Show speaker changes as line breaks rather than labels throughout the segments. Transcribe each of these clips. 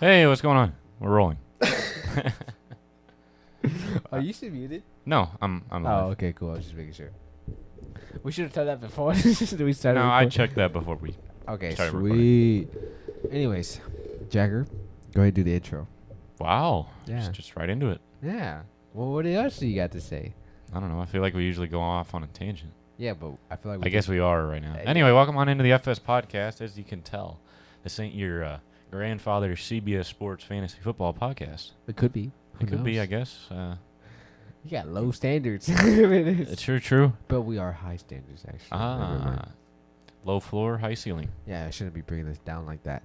Hey, what's going on? We're rolling.
Are you still muted?
No, I'm. I'm.
Oh,
alive.
okay, cool. I was just making sure. We should have done that before we started.
no, I
recording.
checked that before we.
Okay,
started
sweet. Anyways, Jagger, go ahead and do the intro.
Wow.
Yeah.
Just, just right into it.
Yeah. Well, what else do you got to say?
I don't know. I feel like we usually go off on a tangent.
Yeah, but I feel like we
I guess we are right now.
Hey.
Anyway, welcome on into the FS podcast. As you can tell, this ain't your uh, grandfather's CBS Sports Fantasy Football podcast.
it could be. Who
It could be,
knows?
I guess. Uh,
You got low standards. It's-
it's true, true.
but we are high standards, actually. Never mind.
Ah, low floor, high ceiling.
Yeah, I shouldn't be bringing this down like that.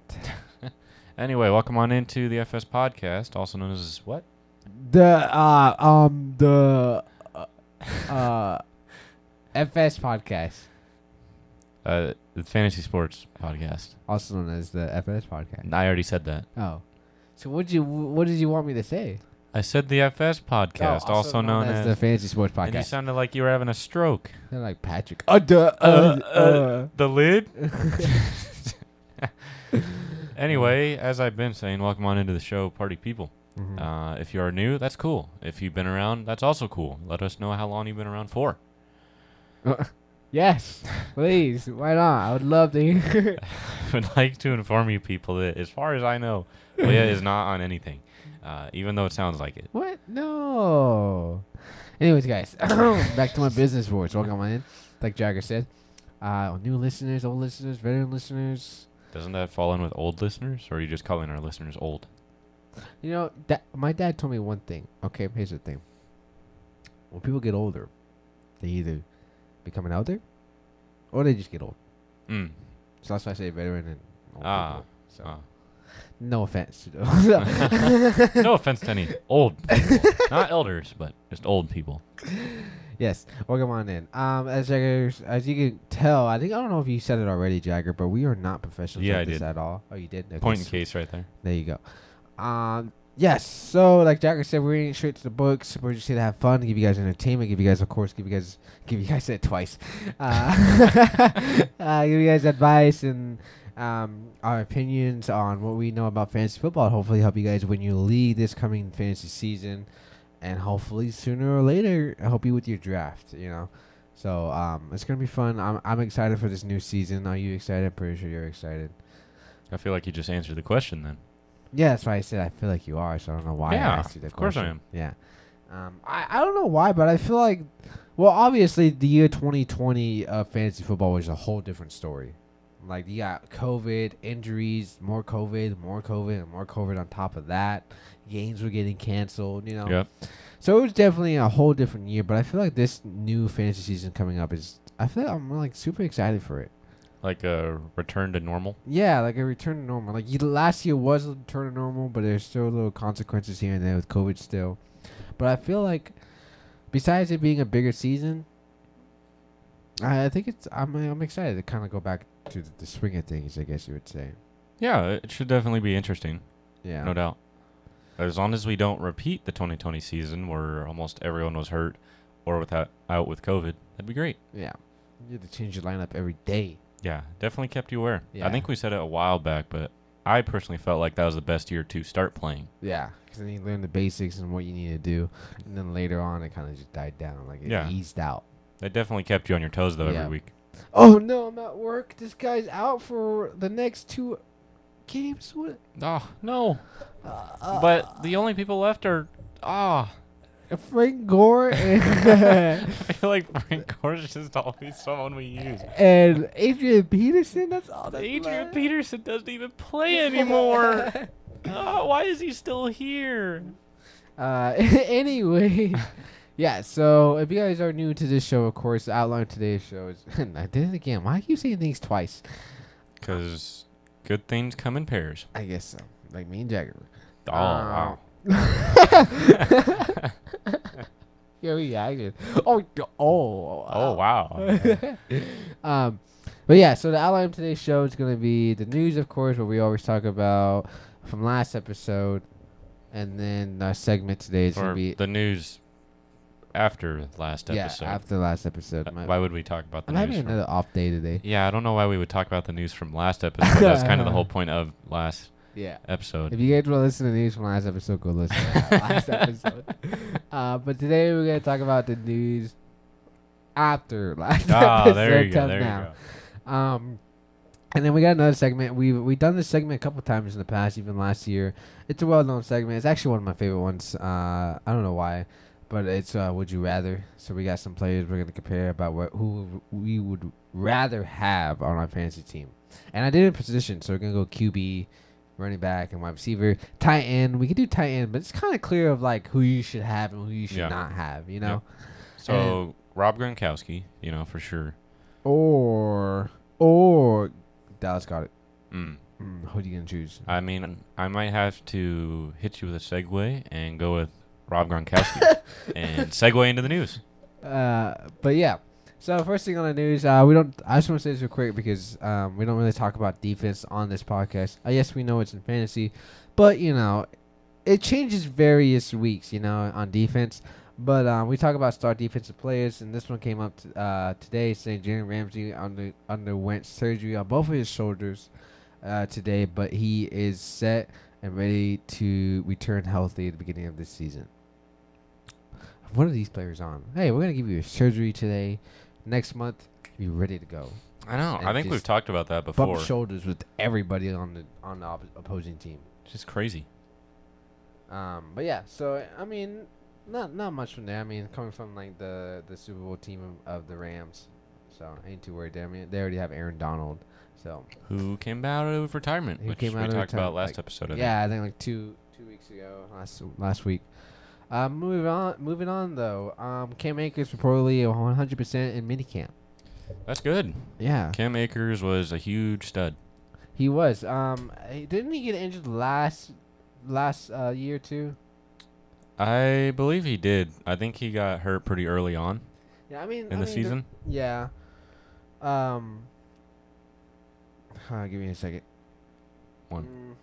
Anyway, welcome on into the FS podcast, also known as what?
The uh um the uh, uh FS podcast,
Uh, the Fantasy Sports podcast.
also known as the FS podcast.
I already said that.
Oh, so what did you what did you want me to say?
I said the FS podcast, Oh, also, known, as.
the Fantasy Sports
and you
Podcast.
sounded like you were having a stroke.
They're like Patrick. Uh, duh, uh,
Uh,
uh,
uh. The lid. anyway, as I've been saying, welcome on into the show, party people.
Mhm.
Uh, if you are new, that's cool. If you've been around, that's also cool. Let us know how long you've been around for.
yes, please. Why not? I would love to. hear-
I would like to inform you people that, as far as I know, Leah is not on anything, uh, even though it sounds like it.
what? No. Anyways, guys, back to my business boards. Welcome on in. Like Jagger said, uh, new listeners, old listeners, veteran listeners.
Doesn't that fall in with old listeners, or are you just calling our listeners old?
You know, that my dad told me one thing. Okay, here's the thing. When people get older, they either become an elder, or they just get old.
Mm.
So that's why I say veteran and old
Ah,
people. So
ah.
no offense to those.
no offense to any old people. Not elders, but just old people.
yes, welcome on in. Um, as Jagger, as you can tell, I think I don't know if you said it already, Jagger, but we are not professionals
Yeah,
at
I
this
did.
at all. Oh, you did. Okay,
Point in
s-
case right there.
There you go. Um, yes. So, like Jagger said, we're reading straight to the books. We're just here to have fun, give you guys entertainment, give you guys, of course, give you guys, give you guys it twice. Uh, uh, give you guys advice and um, our opinions on what we know about fantasy football. Hopefully, help you guys win your league this coming fantasy season, and hopefully sooner or later help you with your draft. You know. So um, it's gonna be fun. I'm, I'm excited for this new season. Are you excited? Pretty sure you're excited.
I feel like you just answered the question then.
Yeah, that's why I said I feel like you are. So I don't know why
Yeah,
I asked you that
of course I
question. Yeah. Um, I, I don't know why, but I feel like, well, obviously the year 2020 of fantasy football was a whole different story. Like you got COVID, injuries, more COVID, more COVID, and more COVID on top of that. Games were getting canceled, you know.
Yep.
So it was definitely a whole different year, but I feel like this new fantasy season coming up is, I feel like I'm like super excited for it.
Like a return to normal.
Yeah, like a return to normal. Like you, last year was a return to normal, but there's still little consequences here and there with COVID still. But I feel like, besides it being a bigger season, I, I think it's I'm I'm excited to kind of go back to the, the swing of things. I guess you would say.
Yeah, it should definitely be interesting,
Yeah.
no doubt. As long as we don't repeat the 2020 season where almost everyone was hurt or without out with COVID, that'd be great.
yeah. You have to change your lineup every day.
Yeah, definitely kept you aware. I
Yeah.
think we said it a while back, but I personally felt like that was the best year to start playing.
Yeah, because then you learn the basics and what you need to do, and then later on it kind of just died down, like it
Yeah.
eased out.
That definitely kept you on your toes though
Yeah.
every week.
Oh no, I'm at work. This guy's out for the next two games. What?
Oh, no.
Uh,
but the only people left are ah
Frank Gore and,
I feel like Frank Gore is just always someone we use.
and Adrian Peterson. That's all. That's
Adrian
left.
Peterson doesn't even play anymore. oh, why is he still here?
Uh, anyway, yeah. So if you guys are new to this show, of course, the outline of today's show is. I did it again. Why do you saying things twice?
Because good things come in pairs.
I guess so. Like me and Jagger.
Oh,
wow. Yeah, we acted. Oh, d- oh, oh,
Oh, wow.
um, but yeah, so the outline of today's show is going to be the news, of course, what we always talk about from last episode, and then our segment today is going
or
to be
the news after last
yeah
episode.
after last episode.
Uh,
My-
why would we talk about the
I'm
news?
having
from-
another off day today. Uh-huh.
yeah, I don't know why we would talk about the news from last episode. That's kind of the whole point of last
Yeah.
episode.
If you guys want to listen to news from last episode, go listen to that last episode. Uh, but today we're going to talk about the news after last
Ah,
episode.
there you go.
till
There
now.
you go.
Um, and then we got another segment. We've we done this segment a couple times in the past, even last year. It's a well known segment. It's actually one of my favorite ones. Uh, I don't know why, but it's uh, Would You Rather. So we got some players we're gonna compare about what who we would rather have on our fantasy team. And I did it in position, so we're gonna go QB, running back, and wide receiver, tight end. We could do tight end, but it's kind of clear of like who you should have and who you should
Yeah.
not have. You know,
So Rob Gronkowski, you know for sure.
or or Dallas got it.
Mm.
Mm, who are you gonna choose?
I mean, I might have to hit you with a segue and go with Rob Gronkowski and segue into the news.
Uh, but yeah. So first thing on the news, uh, we don't. I just want to say this real quick because um, we don't really talk about defense on this podcast. I yes, we know it's in fantasy, but you know, it changes various weeks. You know, on defense. But um, we talk about star defensive players, and this one came up t- uh, today saying Jalen Ramsey under, underwent surgery on both of his shoulders uh, today, but he is set and ready to return healthy at the beginning of this season. What are these players on? Hey, we're gonna give you a surgery today. Next month, you're ready to go.
I know.
And
I think we've
just
talked about that
Bump
before.
shoulders with everybody on the on the op- opposing team.
Just crazy.
Um, but yeah, so I mean, not not much from there. I mean, coming from like the the Super Bowl team of, of the Rams, so ain't too worried there. I mean, they already have Aaron Donald, so
Who came out of retirement?
Who
which
came
we
out of
talked about
retirement,
last
like-
episode. I
yeah, I think like two two weeks ago, last last week. Uh, moving on, moving on though. Um, Cam Akers reportedly 100 percent in minicamp.
think. that's good.
Yeah,
Cam Akers was a huge stud.
he was. Um, eh, didn't he get injured last last uh, year too?
I believe he did. I think he got hurt pretty early on
Yeah, I mean
in the season.
Yeah. Um. huh, give me a second.
One.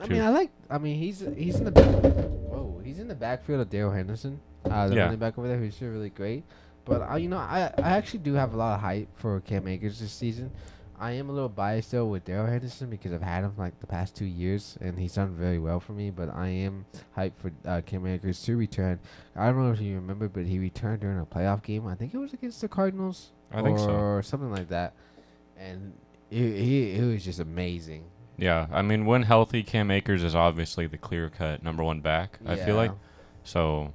I
Two.
mean, I like. I mean, he's he's in the. Back, whoa, he's in the backfield of Daryl Henderson, uh, the
Yeah.
running back over there, who's really great. But uh, you know, I I actually do have a lot of hype for Cam Akers this season. I am a little biased though with Daryl Henderson because I've had him like the past two years and he's done very well for me. But I am hyped for uh, Cam Akers to return. I don't know if you remember, but he returned during a playoff game. I think it was against the Cardinals
I think
or
so.
something like that. And he, he, he was just amazing.
Yeah. I mean, when healthy, Cam Akers is obviously the clear cut number one back, I feel like. So,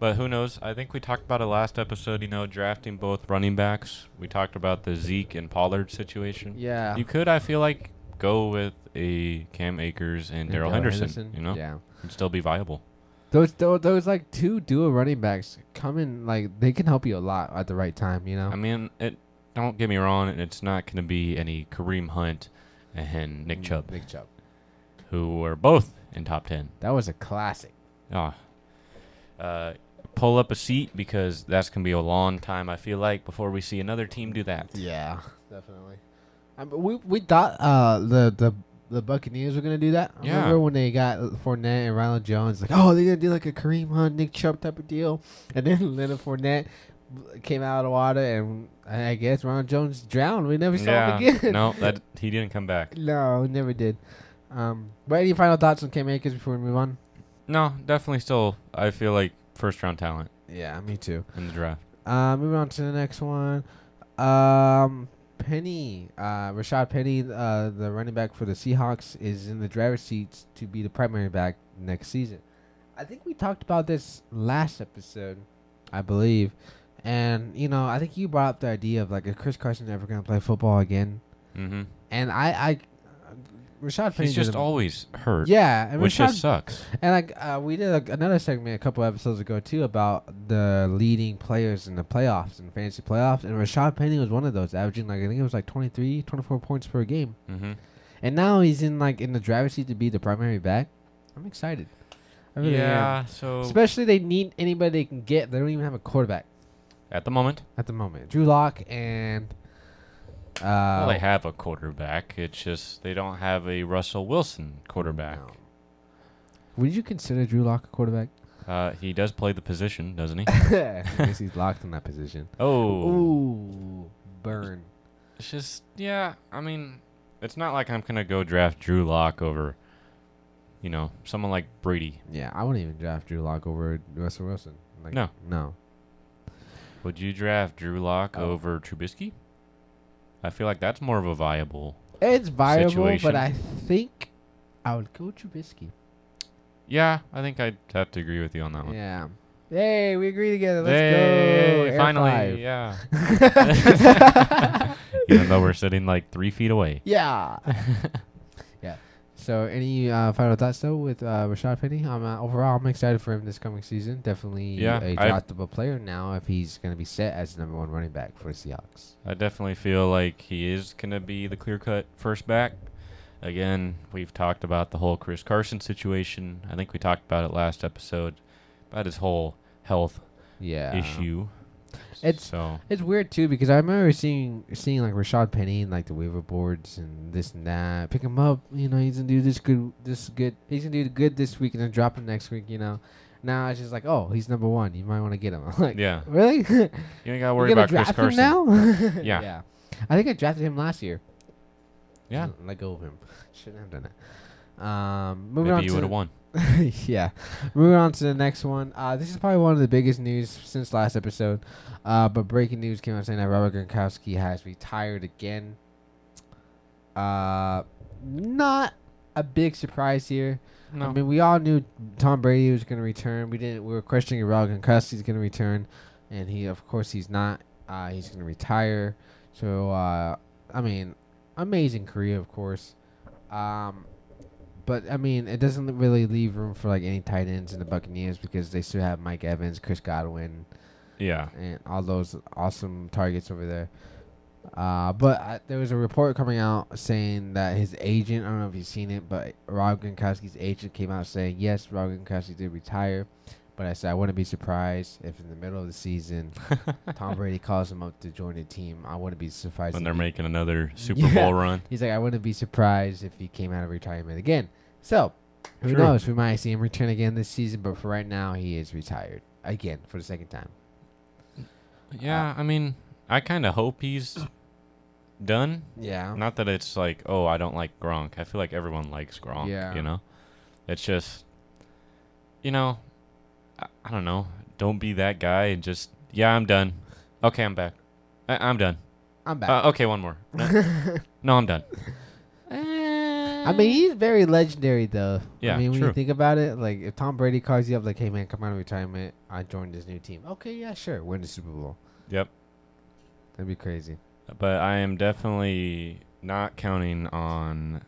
but who knows? I think we talked about it last episode, you know, drafting both running backs. We talked about the Zeke and Pollard situation.
Yeah.
You could, I feel like, go with a Cam Akers and,
And
Daryl
Darrell
Henderson, you know,
Yeah.
and still be viable.
Those, those those like two dual running backs come in like they can help you a lot at the right time, you know.
I mean, it. don't get me wrong, it's not going to be any Kareem Hunt and Nick Chubb,
Nick Chubb.
who were both in top 10.
That was a classic.
Ah. Uh, pull up a seat because that's going to be a long time, I feel like, before we see another team do that.
Yeah, definitely. I mean, we we thought uh the the the Buccaneers were gonna do that. I
Yeah.
Remember when they got Fournette and Ronald Jones? Like, oh, they're gonna do like a Kareem Hunt, Nick Chubb type of deal, and then Leonard Fournette came out of the water, and I guess Ronald Jones drowned. We never saw him again.
no, that he didn't come back.
no, we never did. Um, but any final thoughts on Cam Akers before we move on?
No, definitely still. I feel like first round talent
Yeah, me too.
in the draft.
Uh, moving on to the next one. Um, Penny, uh, Rashad Penny, uh, the running back for the Seahawks, is in the driver's seat to be the primary back next season. I think we talked about this last episode, I believe. And, you know, I think you brought up the idea of like, if Chris Carson's ever going to play football again.
Mm-hmm.
And I, I, Rashad Penny.
He's
did
just
a-
always hurt,
Yeah. And
which
Rashad
just sucks.
and like uh, we did a, another segment a couple episodes ago too about the leading players in the playoffs and fantasy playoffs, and Rashad Penny was one of those, averaging like I think it was like 23, 24 points per game,
Mm-hmm.
and now he's in like in the driver's seat to be the primary back. I'm excited. I really am.
yeah. So
Especially they need anybody they can get. They don't even have a quarterback
at the moment,
at the moment. Drew Lock and
well,
uh,
they have a quarterback. It's just they don't have a Russell Wilson quarterback.
no. Would you consider Drew Lock a quarterback?
Uh, he does play the position, doesn't he?
I guess he's locked in that position.
Oh,
Ooh, burn.
it's just yeah. I mean, it's not like I'm gonna go draft Drew Lock over, you know, someone like Brady.
Yeah, I wouldn't even draft Drew Lock over Russell Wilson. Like,
No.
No.
Would you draft Drew Lock
Oh.
over Trubisky? I feel like that's more of a viable.
It's viable,
Situation.
but I think I would go Trubisky.
Yeah, I think I'd have to agree with you on that one.
Yeah. Hey, we agree together. Let's go.
Hey,
Air
finally,
five.
yeah. Even though we're sitting like three feet away.
Yeah. yeah. So, any uh, final thoughts though with uh, Rashad Penny? I'm uh, overall, I'm excited for him this coming season. Definitely
Yeah,
a
I've-
draftable player now if he's going to be set as the number one running back for the Seahawks.
I definitely feel like he is going to be the clear cut first back. Again, we've talked about the whole Chris Carson situation. I think we talked about it last episode about his whole health
Yeah.
issue.
It's-
so
It's weird too because I remember seeing seeing like Rashad Penny and like the waiver boards and this and that. Pick him up, you know, he's gonna do this good this good he's gonna do good this week and then drop him next week, you know. Now it's just like, oh, he's number one. You might want to get him. I'm like,
yeah,
really? you
you ain't got to worry
gonna
about Chris
draft
Carson.
him now?
Yeah.
yeah. I think I drafted him last year.
Yeah,
Didn't Let go of him. Shouldn't have done it. Um, moving on
maybe you
to
would have won.
yeah. Moving on to the next one. Uh, this is probably one of the biggest news since last episode. Uh, but breaking news came out saying that Robert Gronkowski has retired again. Uh, not a big surprise here. I
No,
mean, we all knew Tom Brady was going to return. We didn't. We were questioning if Robert Gronkowski's going to return, and he, of course, he's not. Uh, he's going to retire. So, uh, I mean, amazing career, of course. Um, but I mean, it doesn't really leave room for like any tight ends in the Buccaneers because they still have Mike Evans, Chris Godwin,
yeah,
and all those awesome targets over there. Uh, but I, there was a report coming out saying that his agent, I don't know if you've seen it, but Rob Gronkowski's agent came out saying, yes, Rob Gronkowski did retire. But I said, I wouldn't be surprised if in the middle of the season, Tom Brady calls him up to join the team. I wouldn't be surprised.
when
if
they're
he-
making another Super
Yeah.
Bowl run.
He's like, I wouldn't be surprised if he came out of retirement again. So, who
True.
knows? We might see him return again this season, but for right now, he is retired again for the second time.
Yeah,
Uh,
I mean, I kind of hope he's done
Yeah.
Not that it's like, oh, I don't like Gronk. I feel like everyone likes Gronk.
Yeah.
You know, it's just, you know, I, I don't know. Don't be that guy and just, yeah, I'm done. Okay, I'm back. I, I'm done.
I'm back.
Uh, okay, one more. No, no, I'm done.
I mean, he's very legendary, though.
Yeah,
I mean, when you
true.
think about it, like if Tom Brady calls you up, like, "Hey, man, come out of retirement. I joined this new team." Okay, yeah, sure. Win the Super Bowl.
Yep.
That'd be crazy.
But I am definitely not counting on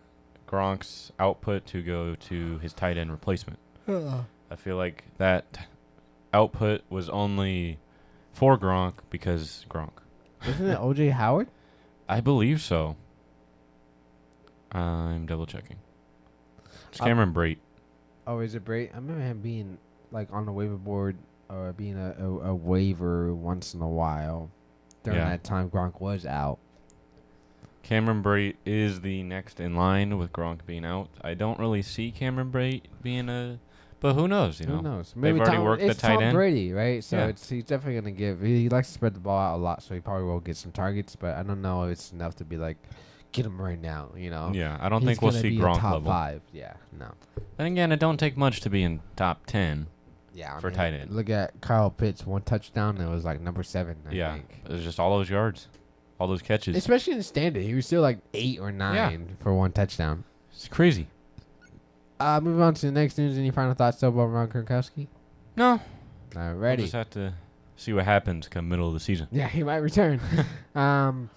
Gronk's output to go to his tight end replacement. I feel like that output was only for Gronk because Gronk.
Isn't it OJ Howard?
I believe so. I'm double checking. It's
Uh,
Cameron Brait.
Oh, is it Brady? I remember him being like on the waiver board or being a, a, a waiver once in a while. During
Yeah.
that time, Gronk was out.
Cameron Brait is the next in line with Gronk being out. I don't really see Cameron Brait being a, but who knows? You know,
Who knows?
already worked the
it's
tight
Tom
end.
Brady, right? So
Yeah.
it's he's definitely gonna give. He, he likes to spread the ball out a lot, so he probably will get some targets. But I don't know if it's enough to be like, get him right now. You know.
yeah, I don't
He's
think we'll
gonna
see
be a
Gronk
top
level.
five. Yeah. No.
Then again, it don't take much to be in top ten.
Yeah. I
For
mean,
tight end.
Look at Kyle Pitts, one touchdown that was like number seven. I
yeah,
think.
it's just all those yards, all those catches. It's,
Especially in the standard, he was still like eight or nine for one touchdown.
crazy.
Uh, moving on to the next news. Any final thoughts though about Ron Gronkowski?
No, we'll
Alrighty.
just have to see what happens come middle of the season.
Yeah, he might return. um,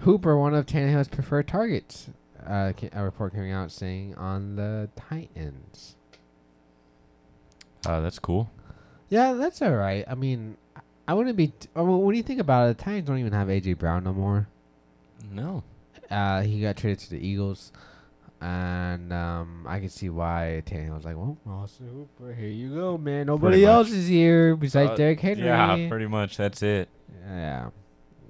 Hooper, one of Tannehill's preferred targets, uh, ca- a report coming out saying on the Titans.
Uh, that's cool.
Yeah, that's all right. I mean, I- I wouldn't be. T- I mean, when you think about it, the Titans don't even have AJ Brown no more.
No,
Uh, he got traded to the Eagles, and um, I can see why Tannehill's like, well, Austin Hooper, here you go, man. Nobody
much.
else is here besides
Uh,
Derrick Henry.
yeah, pretty much that's it.
yeah.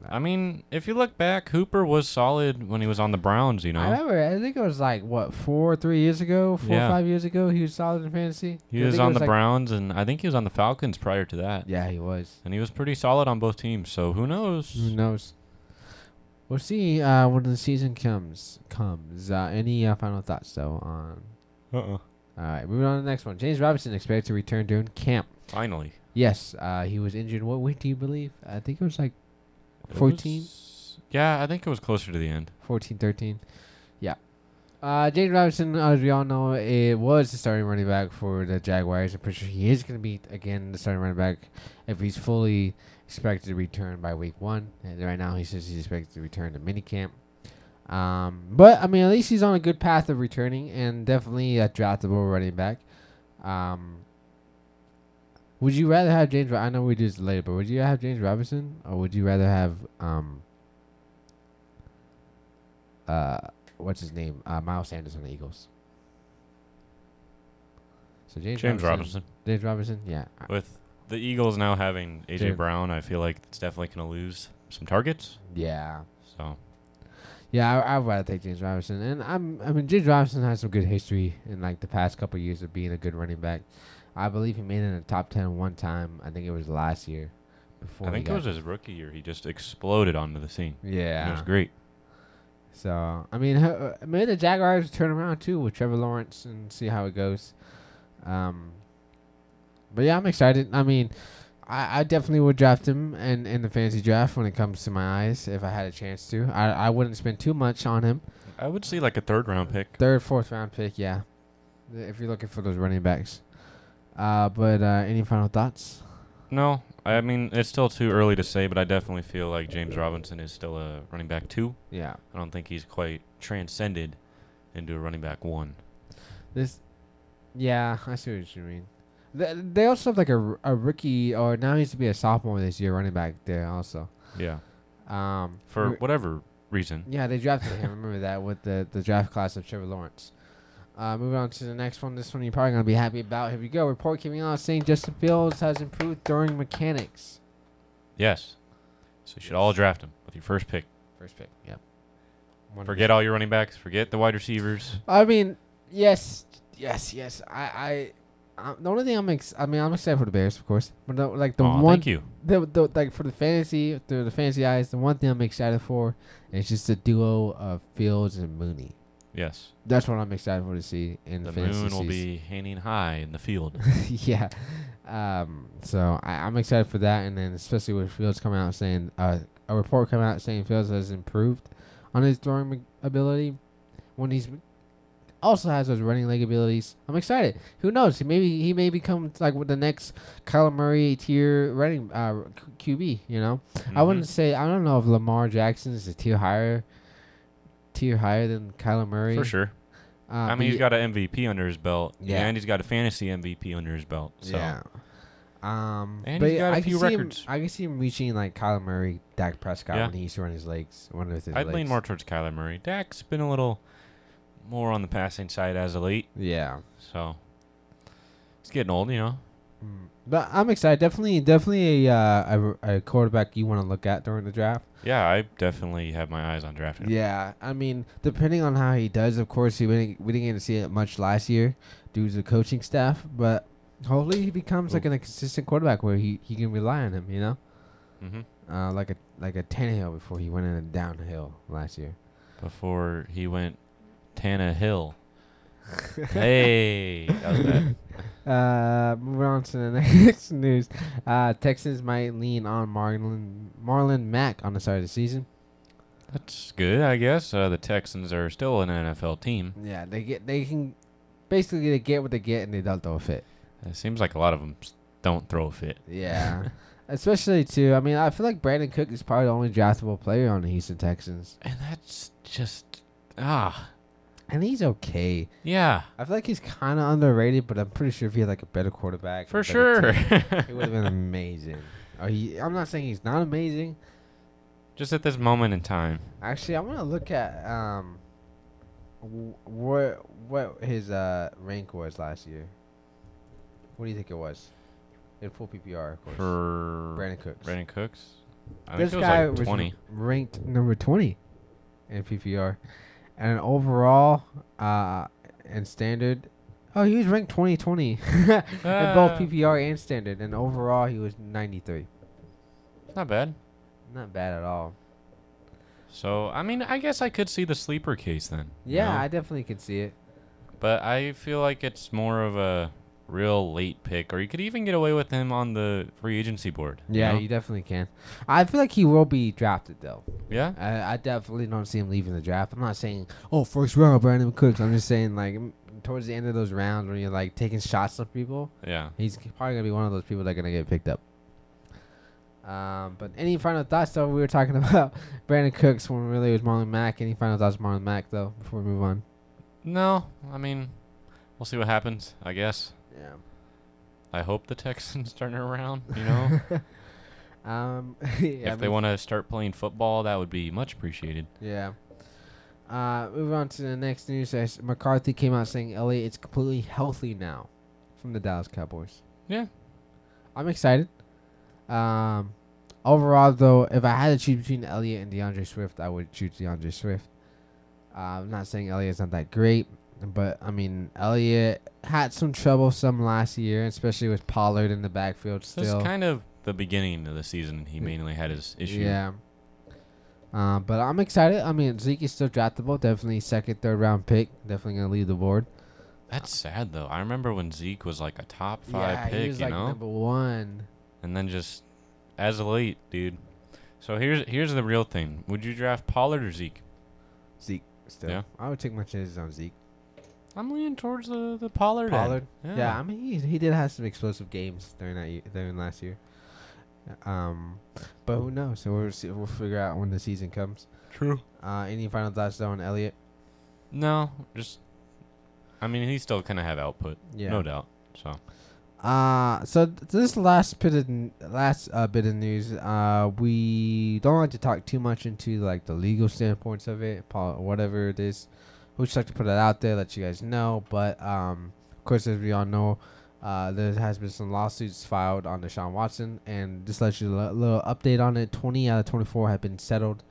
I mean, if you look back, Hooper was solid when he was on the Browns, you
I
know.
remember. I think it was like what four, three years ago, four,
Yeah.
five years ago. He was solid in fantasy.
He
I
was
think it
on the
like-
Browns and I think he was on the Falcons prior to that.
Yeah, he was.
And he was pretty solid on both teams, so who knows?
Who knows? We'll see uh, when the season comes. Comes. Uh, any uh, final thoughts though on?
Uh-uh.
All right, moving on to the next one. James Robinson expected to return during camp.
Finally.
Yes, uh, he was injured. What week do you believe? I think it was like
It
14?
was- Yeah, I think it was closer to the end.
14, 13. Yeah. Uh, James Robinson, as we all know, it was the starting running back for the Jaguars. I'm pretty sure he is going to be again the starting running back if he's fully expected to return by week one. And right now, he says he's expected to return to minicamp. Um, but I mean, at least he's on a good path of returning and definitely a draftable running back. Um, would you rather have James? Ro- I know we do this later, but would you have James Robinson or would you rather have um, uh, what's his name? Uh, Miles Sanders on the Eagles. So James,
James Robinson.
James Robinson, yeah. Uh, I-
With the Eagles now having AJ
Dude.
Brown, I feel like it's definitely going to lose some targets.
Yeah.
So
Yeah, I, I'd rather take James Robinson, and I'm I mean James Robinson has some good history in like the past couple years of being a good running back. I believe he made it in the top ten one time. I think it was last year. Before
I
he
think it
got-
was his rookie year. He just exploded onto the scene.
yeah.
It was great.
So I mean, ho- uh, maybe the Jaguars turn around too with Trevor Lawrence and see how it goes. Um, but yeah, I'm excited. I mean, I, I definitely would draft him and in the fantasy draft when it comes to my eyes if I had a chance to. I I wouldn't spend too much on him.
I would see like a third round pick.
Third, fourth round pick, yeah. If you're looking for those running backs. Uh, but uh, any final thoughts?
No, I mean it's still too early to say, but I definitely feel like James Robinson is still a running back two.
Yeah.
I don't think he's quite transcended into a running back one.
This, yeah, I see what you mean. They, they also have like a, r- a rookie, or now he used to be a sophomore this year, running back there also.
Yeah.
Um,
For
re-
whatever reason.
yeah, they drafted him. I remember that with the, the draft class of Trevor Lawrence. Uh, moving on to the next one. This one you're probably gonna be happy about. Here we go. Report coming out saying Justin Fields has improved throwing mechanics.
Yes. So you should all draft him with your first pick.
First pick. Yep.
Forget all your running backs. Forget the wide receivers.
I mean, yes, yes, yes. I, I, I the only thing I'm ex- I mean, I'm excited for the Bears, of course. But the, like the
Aw,
one,
thank you.
the, the, like for the fantasy, through the fantasy eyes, the one thing I'm excited for is just the duo of Fields and Mooney.
Yes.
That's what I'm excited for to see in
The,
the,
moon
fantasy.
will
season.
be hanging high in the field.
yeah. Um, so I, I'm excited for that, and then especially with Fields coming out saying uh, a report coming out saying Fields has improved on his throwing m- ability when he's also has those running leg abilities. I'm excited. Who knows? He maybe he may become like with the next Kyler Murray tier running uh, Q- QB. You know, I
Mhm.
wouldn't say I don't know if Lamar Jackson is a tier higher tier higher than Kyler Murray.
For sure.
Uh,
I
but
mean, he's
y-
got an MVP under his belt.
Yeah.
And he's got a fantasy MVP under his belt. So
Yeah. Um,
And
but
he's
yeah,
got a
I can
few
see him-
records.
I can see him reaching like Kyler Murray, Dak Prescott
Yeah.
when he used to run his legs. One with his
I'd
legs.
lean more towards Kyler Murray. Dak's been a little more on the passing side as of late.
Yeah.
So he's getting old, you know.
Mm. But I'm excited. Definitely, definitely a uh, a, a quarterback you want to look at during the draft.
Yeah, I definitely have my eyes on drafting him.
Yeah, I mean, depending on how he does, of course, he we didn't, we didn't get to see it much last year due to the coaching staff. But hopefully, he becomes like
Ooh.
an, a consistent quarterback where he, he can rely on him. You know,
hmm
uh, like a like a Tannehill before he went in a downhill last year.
Before he went Tana Hill. hey, that was bad.
Uh, moving on to the next news. Uh, Texans might lean on Marlon Marlon Mack on the start of the season.
That's good, I guess. Uh, the Texans are still an NFL team.
Yeah, they get they can basically they get what they get and they don't throw a fit.
It seems like a lot of them don't throw a fit.
Yeah, especially too. I mean, I feel like Brandon Cook is probably the only draftable player on the Houston Texans,
And that's just ah,
and he's okay.
yeah,
I feel like he's kind of underrated, but I'm pretty sure if he had like a better quarterback,
for
a
sure.
better team, it would have been amazing. Or he, I'm not saying he's not amazing.
just at this moment in time.
Actually, I want to look at um, wh- what what his uh rank was last year. What do you think it was? In full PPR, of course.
for
Brandon Cooks.
Brandon Cooks. I
this
think it was
guy
like
was
20.
ranked number twenty in PPR, and overall, uh, in standard. Oh, he was ranked 2020 in both
Ah.
PPR and standard, and overall he was 93.
Not bad.
Not bad at all.
So I mean, I guess I could see the sleeper case then. you
Yeah,
know?
I definitely could see it.
But I feel like it's more of a real late pick, or you could even get away with him on the free agency board. you
Yeah,
know?
you definitely can. I feel like he will be drafted though.
yeah.
I, I definitely don't see him leaving the draft. I'm not saying oh first round Brandon Cooks. I'm just saying like m- towards the end of those rounds when you're like taking shots of people,
Yeah.
he's c- probably gonna be one of those people that gonna get picked up. Um, but any final thoughts though? We were talking about Brandon Cooks when really it was Marlon Mack. Any final thoughts, Marlon Mack though? Before we move on.
No, I mean, we'll see what happens. I guess.
Yeah.
I hope the Texans turn it around. You know,
Um. yeah,
if they
but-
want to start playing football, that would be much appreciated.
Yeah. Uh, move on to the next news. Says McCarthy came out saying LA is completely healthy now from the Dallas Cowboys.
Yeah.
I'm excited. Um, overall, though, if I had to choose between Elliott and DeAndre Swift, I would choose DeAndre Swift. Uh, I'm not saying Elliott's not that great, but I mean Elliott had some trouble some last year, especially with Pollard in the backfield.
This
Still, Mm.
is kind of the beginning of the season. He mainly had his issue.
yeah. Uh, but I'm excited. I mean, Zeke is still draftable. Definitely second, third round pick. Definitely gonna leave the board.
That's sad though. I remember when Zeke was like a top five pick,
he was
you
like
know,
number one.
and then just as a late dude. So here's here's the real thing. Would you draft Pollard or Zeke?
Zeke still.
Yeah.
I would take my chances on Zeke.
I'm leaning towards the the Pollard. end.
Pollard.
Yeah.
Yeah. I mean he he did have some explosive games during that year, during last year. Um, but who knows? So we'll see, we'll figure out when the season comes.
True.
Uh, any final thoughts though on Elliott?
No, just. I mean, he's still gonna have output,
Yeah.
no doubt. So
Uh, so th- this last bit of n- last uh, bit of news, uh, we don't like to talk too much into like the legal standpoints of it, pol- whatever it is. We just like to put it out there, let you guys know. But um, of course, as we all know, uh, there has been some lawsuits filed on Deshaun Watson, and just let you a little update on it. Twenty out of twenty-four have been settled.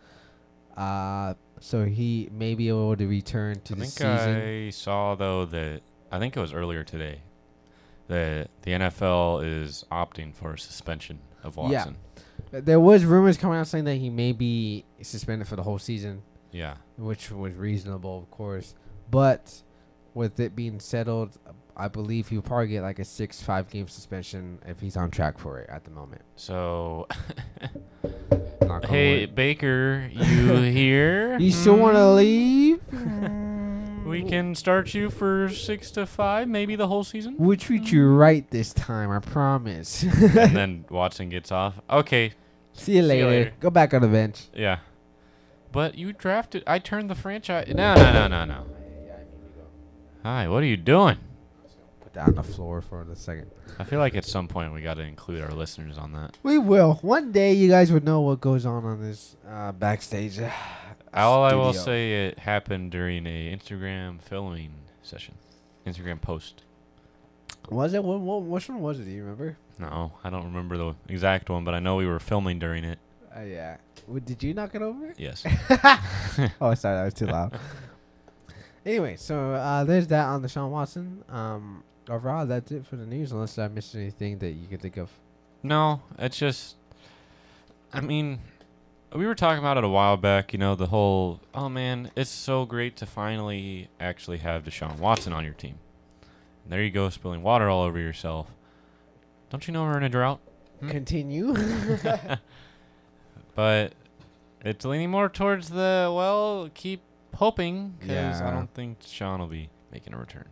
Uh, so he may be able to return to
I
the
think
season.
I saw though that I think it was earlier today that the NFL is opting for a suspension of
Yeah.
Watson.
there was rumors coming out saying that he may be suspended for the whole season.
Yeah.
which was reasonable, of course. But with it being settled, I believe he'll probably get like a six five game suspension if he's on track for it at the moment.
So
Knock on
hey
wood.
Baker, you here? Hmm?
you still want to leave?
We can start you for six to five, maybe the whole season.
We'll treat you right this time, I promise.
and then Watson gets off. Okay,
See you later.
later.
Go back on the bench.
yeah. But you drafted. I turned the franchise. No, no, no, no, no. Hi, what are you doing?
Put that on the floor for the second.
I feel like at some point we got to include our listeners on that.
We will. One day you guys would know what goes on on this uh, backstage.
All I will
Studio.
say it happened during a Instagram filming session, Instagram post.
Was it? What, what, which one was it? Do you remember?
No, I don't remember the exact one, but I know we were filming during it.
Uh, yeah. W- did you knock it over?
Yes.
oh, sorry, that was too loud. anyway, so uh, there's that on Deshaun Watson. Um, overall, that's it for the news. Unless I missed anything that you could think of.
No, it's just. I mean, we were talking about it a while back. You know, the whole. Oh man, it's so great to finally actually have Deshaun Watson on your team. And there you go, spilling water all over yourself. Don't you know we're in a drought? Hmm.
Continue.
but it's leaning more towards the well. Keep hoping, because I
Yeah.
don't think Deshaun will be making a return.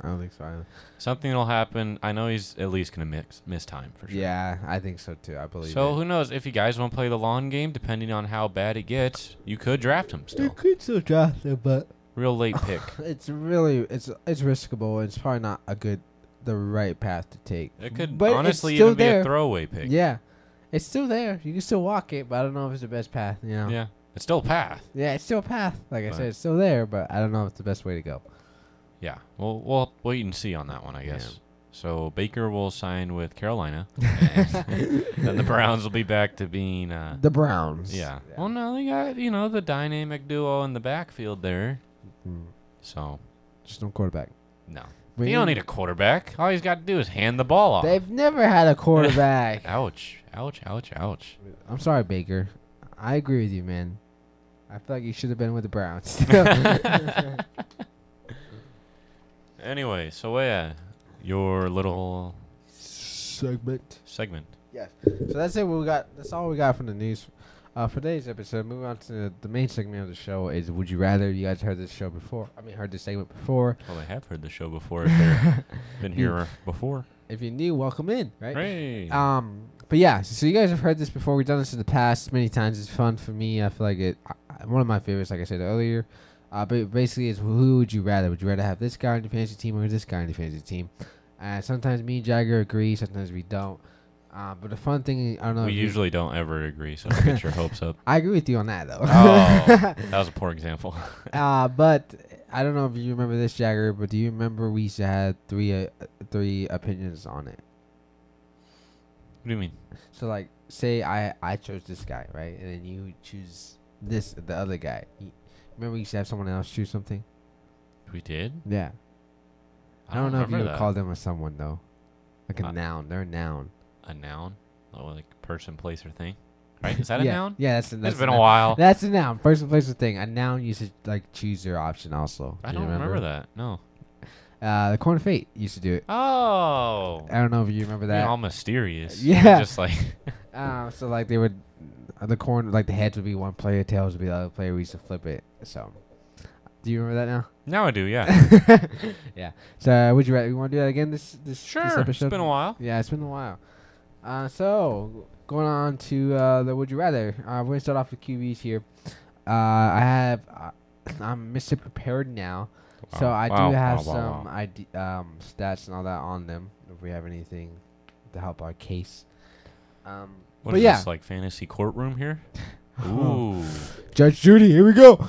I don't think so. Either.
Something will happen. I know he's at least gonna mix, miss time for sure.
Yeah, I think so too. I believe.
So
it.
who knows? If you guys want to play the long game, depending on how bad it gets, you could draft him
You
still.
could still draft him, but
Real late pick.
it's really it's it's riskable. It's probably not a good, the right path to take.
It could
But it's
honestly
still
even be
there.
a throwaway pick.
Yeah, it's still there. You can still walk it, but I don't know if it's the best path. You know.
Yeah. It's still a path.
Yeah, it's still a path. Like I
But-
said, it's still there, but I don't know if it's the best way to go.
Yeah. Well, we'll wait and see on that one, I guess.
Yeah.
So Baker will sign with Carolina, and then the Browns will be back to being. Uh,
The Browns.
yeah. Well, no, they got you know the dynamic duo in the backfield there.
Mm.
So
Just no quarterback.
no,
We
you don't need a quarterback. All he's got to do is hand the ball off.
They've never had a quarterback.
Ouch! Ouch! Ouch! Ouch!
I'm sorry, Baker. I agree with you, man. I I feel like he should have been with the Browns.
Anyway, so yeah, your little
Segment.
segment.
Yes. So that's it. We got that's all we got from the news. Uh, for today's episode, moving on to the, the main segment of the show is Would You Rather? You guys heard this show before. I mean, heard this segment before.
Well, I have heard the show before. If they're been here before.
If you're new, welcome in, right?
Hey.
Um, but yeah, so you guys have heard this before. We've done this in the past many times. It's fun for me. I feel like it. I- I, one of my favorites, like I said earlier. Uh, but basically, it's who would you rather? Would you rather have this guy on your fantasy team or this guy on your fantasy team? And sometimes me and Jagger agree. Sometimes we don't. Uh, but the fun thing, I don't know.
we
if you-
usually don't ever agree, so don't get your hopes up.
I agree with you on that though.
Oh, that was a poor example.
uh, but I don't know if you remember this, Jagger. But do you remember we used to have three, uh, three opinions on it?
What do you mean?
So like, say I I chose this guy, right, and then you choose this the other guy. You- Remember, you used to have someone else choose something.
We did?
Yeah, I don't, know if you
remember
would
that.
call them a someone though, like a
Uh,
noun. They're a noun.
a noun, or like person, place, or thing. Right? Is that a
yeah.
noun?
Yeah, that's, a- that's
It's been a
noun.
while.
That's a noun. First and place of thing. A noun. You should like choose your option also.
I
Do you
don't remember? that. No.
Uh, the corn of fate used to do it.
Oh.
I don't know if you remember
Being
that.
all mysterious.
Yeah.
Just like
Um, so like they would, uh, the corn like the heads would be one player, tails would be the other player. We used to flip it. So, do you remember that now?
now I do. Yeah.
yeah. So uh, would you rather you want to do that again this this, this
sure. It's
episode?
been a while.
Yeah, it's been a while. Uh, so going on to uh, the would you rather. Uh, we're gonna start off with QBs here. Uh, I have uh, I'm Mr. Prepared now, so
Wow,
I
wow,
do have
wow, wow,
some
wow.
ID, um stats and all that on them if we have anything to help our case. Um,
What
but
is
yeah, Oh.
this like fantasy courtroom here? Ooh.
Judge Judy, here we go.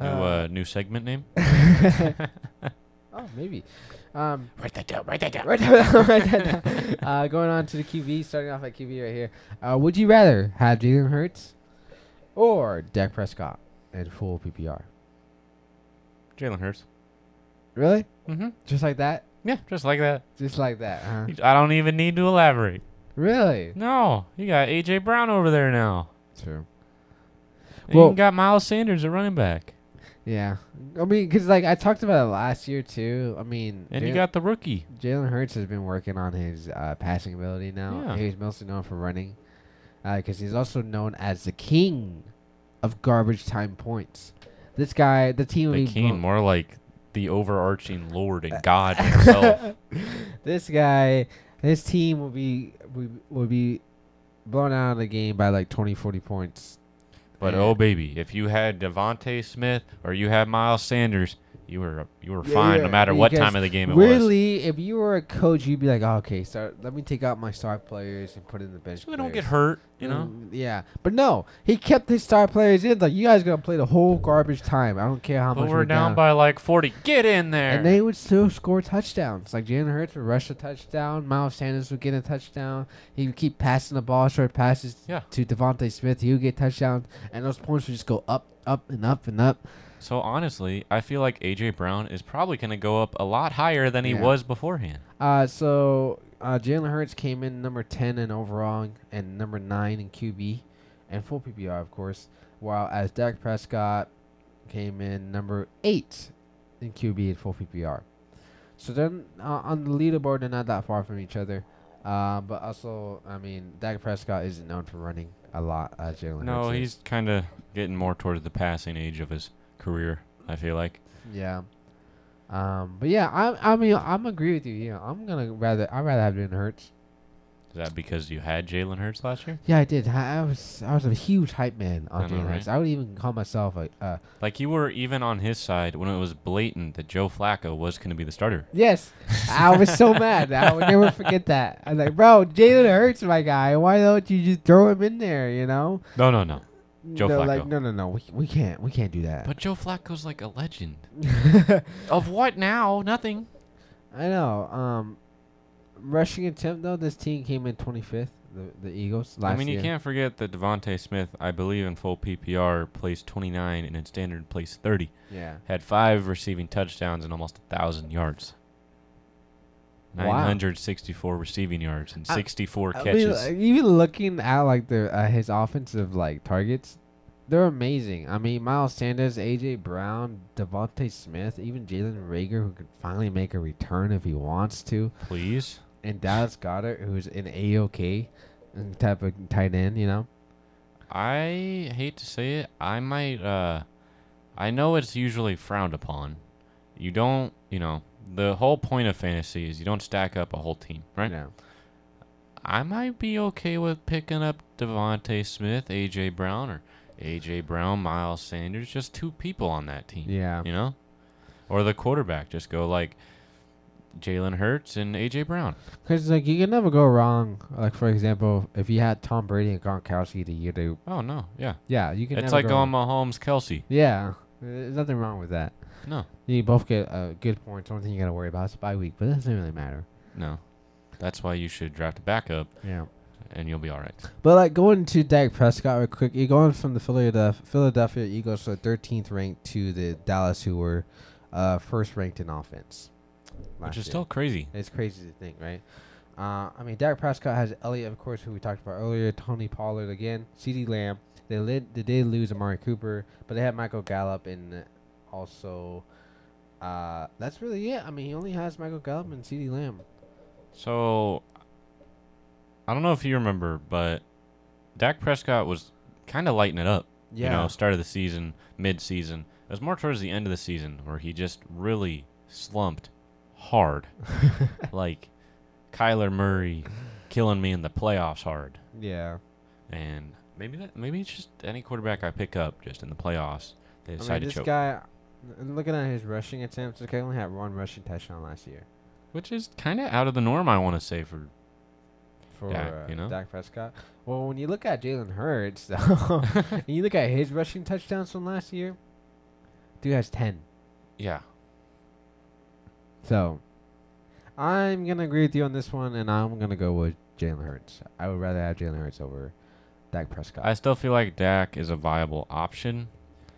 New uh, new segment name.
oh, maybe. Um,
Write that down. Write that down.
Right down, right down. Uh, going on to the QB, starting off at QB right here. Uh, would you rather have Jalen Hurts or Dak Prescott in full PPR?
Jalen Hurts.
Really?
Mm-hmm.
Just like that?
Yeah, just like that.
Just like that, huh?
I don't even need to elaborate.
Really?
No, you got AJ Brown over there now.
True.
And you
Well-
even got Miles Sanders at running back,
Yeah. I mean, because like I talked about it last year too. I mean,
and you
Jalen-
got the rookie.
Jalen Hurts has been working on his uh, passing ability now.
Yeah.
He's mostly known for running, because he's also known as the king of garbage time points. This guy, the team will
The
be
king,
blown-
more like the overarching Lord
Uh,
and God himself.
this guy, his team will be will, will be blown out of the game by like 20, 40 points.
But
Yeah.
oh baby, if you had Devonte Smith or you had Miles Sanders, you were you were
Yeah,
fine
yeah,
no matter what
because
time of the game it was.
really, if you were a coach, you'd be like, oh, okay, so let me take out my star players and put in the bench.
So they don't get
players."
hurt, you know.
Mm, yeah, but no, he kept his star players in. Like you guys gonna play the whole garbage time. I don't care how
But
much
we're down, by like 40. Get in there.
And they would still score touchdowns. Like Jalen Hurts would rush a touchdown. Miles Sanders would get a touchdown. He would keep passing the ball, short passes
Yeah.
to Devontae Smith. He would get touchdowns, and those points would just go up, up, and up, and up.
so honestly, I feel like AJ Brown is probably going to go up a lot higher than he
Yeah.
was beforehand.
Uh, so uh, Jalen Hurts came in number 10 in overall and number 9 in QB and full PPR, of course, while as Dak Prescott came in number 8 in QB and full PPR. So then uh, on the leaderboard, they're not that far from each other. Uh, but also, I mean, Dak Prescott isn't known for running a lot. Uh, Jalen
No,
Hurts is.
he's kind of getting more towards the passing age of his career, I feel like.
Yeah. Um, but yeah, I I mean I'm agree with you. Yeah, I'm gonna rather I'd rather have Jalen Hurts.
Is that because you had Jalen Hurts last year?
Yeah, I did. I, I was I was a huge hype man
I
on
know,
Jalen Hurts. I would even call myself a uh,
Like you were even on his side when it was blatant that Joe Flacco was going to be the starter.
yes. I was so mad. I would never forget that. I was like, bro, Jalen Hurts, my guy. Why don't you just throw him in there? You know?
No, no, no. Joe
They're Like,
Flacco.
no, no, no. We, we can't. We can't do that.
But Joe Flacco's like a legend. of what now? Nothing.
I know. Um, rushing attempt though, this team came in 25th. The the Eagles last
I mean, you
year.
can't forget that Devonte Smith, I believe in full PPR, placed 29 and in standard placed 30.
Yeah.
Had five receiving touchdowns and almost a thousand yards.
Wow.
964 receiving yards and
I-
64
I mean,
catches.
like, even looking at like the uh, his offensive like targets, they're amazing. I mean, Miles Sanders, AJ Brown, Devontae Smith, even Jalen Rager, who can finally make a return if he wants to,
Please.
and Dallas Goddard, who's an AOK type of tight end. You know,
I hate to say it. I might. Uh, I know it's usually frowned upon. You don't. You know, the whole point of fantasy is you don't stack up a whole team, right?
Yeah.
I might be okay with picking up Devonte Smith, AJ Brown, or AJ Brown, Miles Sanders, just two people on that team.
Yeah.
You know, or the quarterback. Just go like Jalen Hurts and AJ Brown.
Because like you can never go wrong. Like for example, if you had Tom Brady and Gronkowski the year they
Oh no, yeah.
yeah, you can.
it's
never
like
go
going
wrong.
Mahomes, Kelsey.
Yeah, there's nothing wrong with that.
No,
You both get uh, good points. Only thing you gotta worry about is bye week, but that doesn't really matter.
no. That's why you should draft a backup,
Yeah.
and you'll be all right.
But like going to Dak Prescott real quick, you're going from the Philadelphia Philadelphia Eagles, so 13th ranked, to the Dallas, who were uh, first ranked in offense. last
Which is
year.
still crazy.
It's crazy to think, right? Uh, I mean, Dak Prescott has Elliott, of course, who we talked about earlier. Tony Pollard again. C.D. Lamb. They, lid, they did lose Amari Cooper, but they had Michael Gallup and also. Uh, that's really it. I mean, he only has Michael Gallup and C.D. Lamb.
So, I don't know if you remember, but Dak Prescott was kind of lighting it up.
Yeah.
You know, start of the season, mid season. It was more towards the end of the season where he just really slumped hard. like Kyler Murray killing me in the playoffs hard.
yeah.
And maybe that maybe it's just any quarterback I pick up just in the playoffs, they
I
decide
mean,
to
this
choke.
guy. And looking at his rushing attempts, this guy only had one rushing touchdown last year
Which is kind of out of the norm, I want to say, for
for
Dak,
uh,
you know?
Dak Prescott. Well, when you look at Jalen Hurts, though, and you look at his rushing touchdowns from last year, dude has ten.
yeah.
So, I'm gonna agree with you on this one, and I'm gonna go with Jalen Hurts. I would rather have Jalen Hurts over Dak Prescott.
I still feel like Dak is a viable option.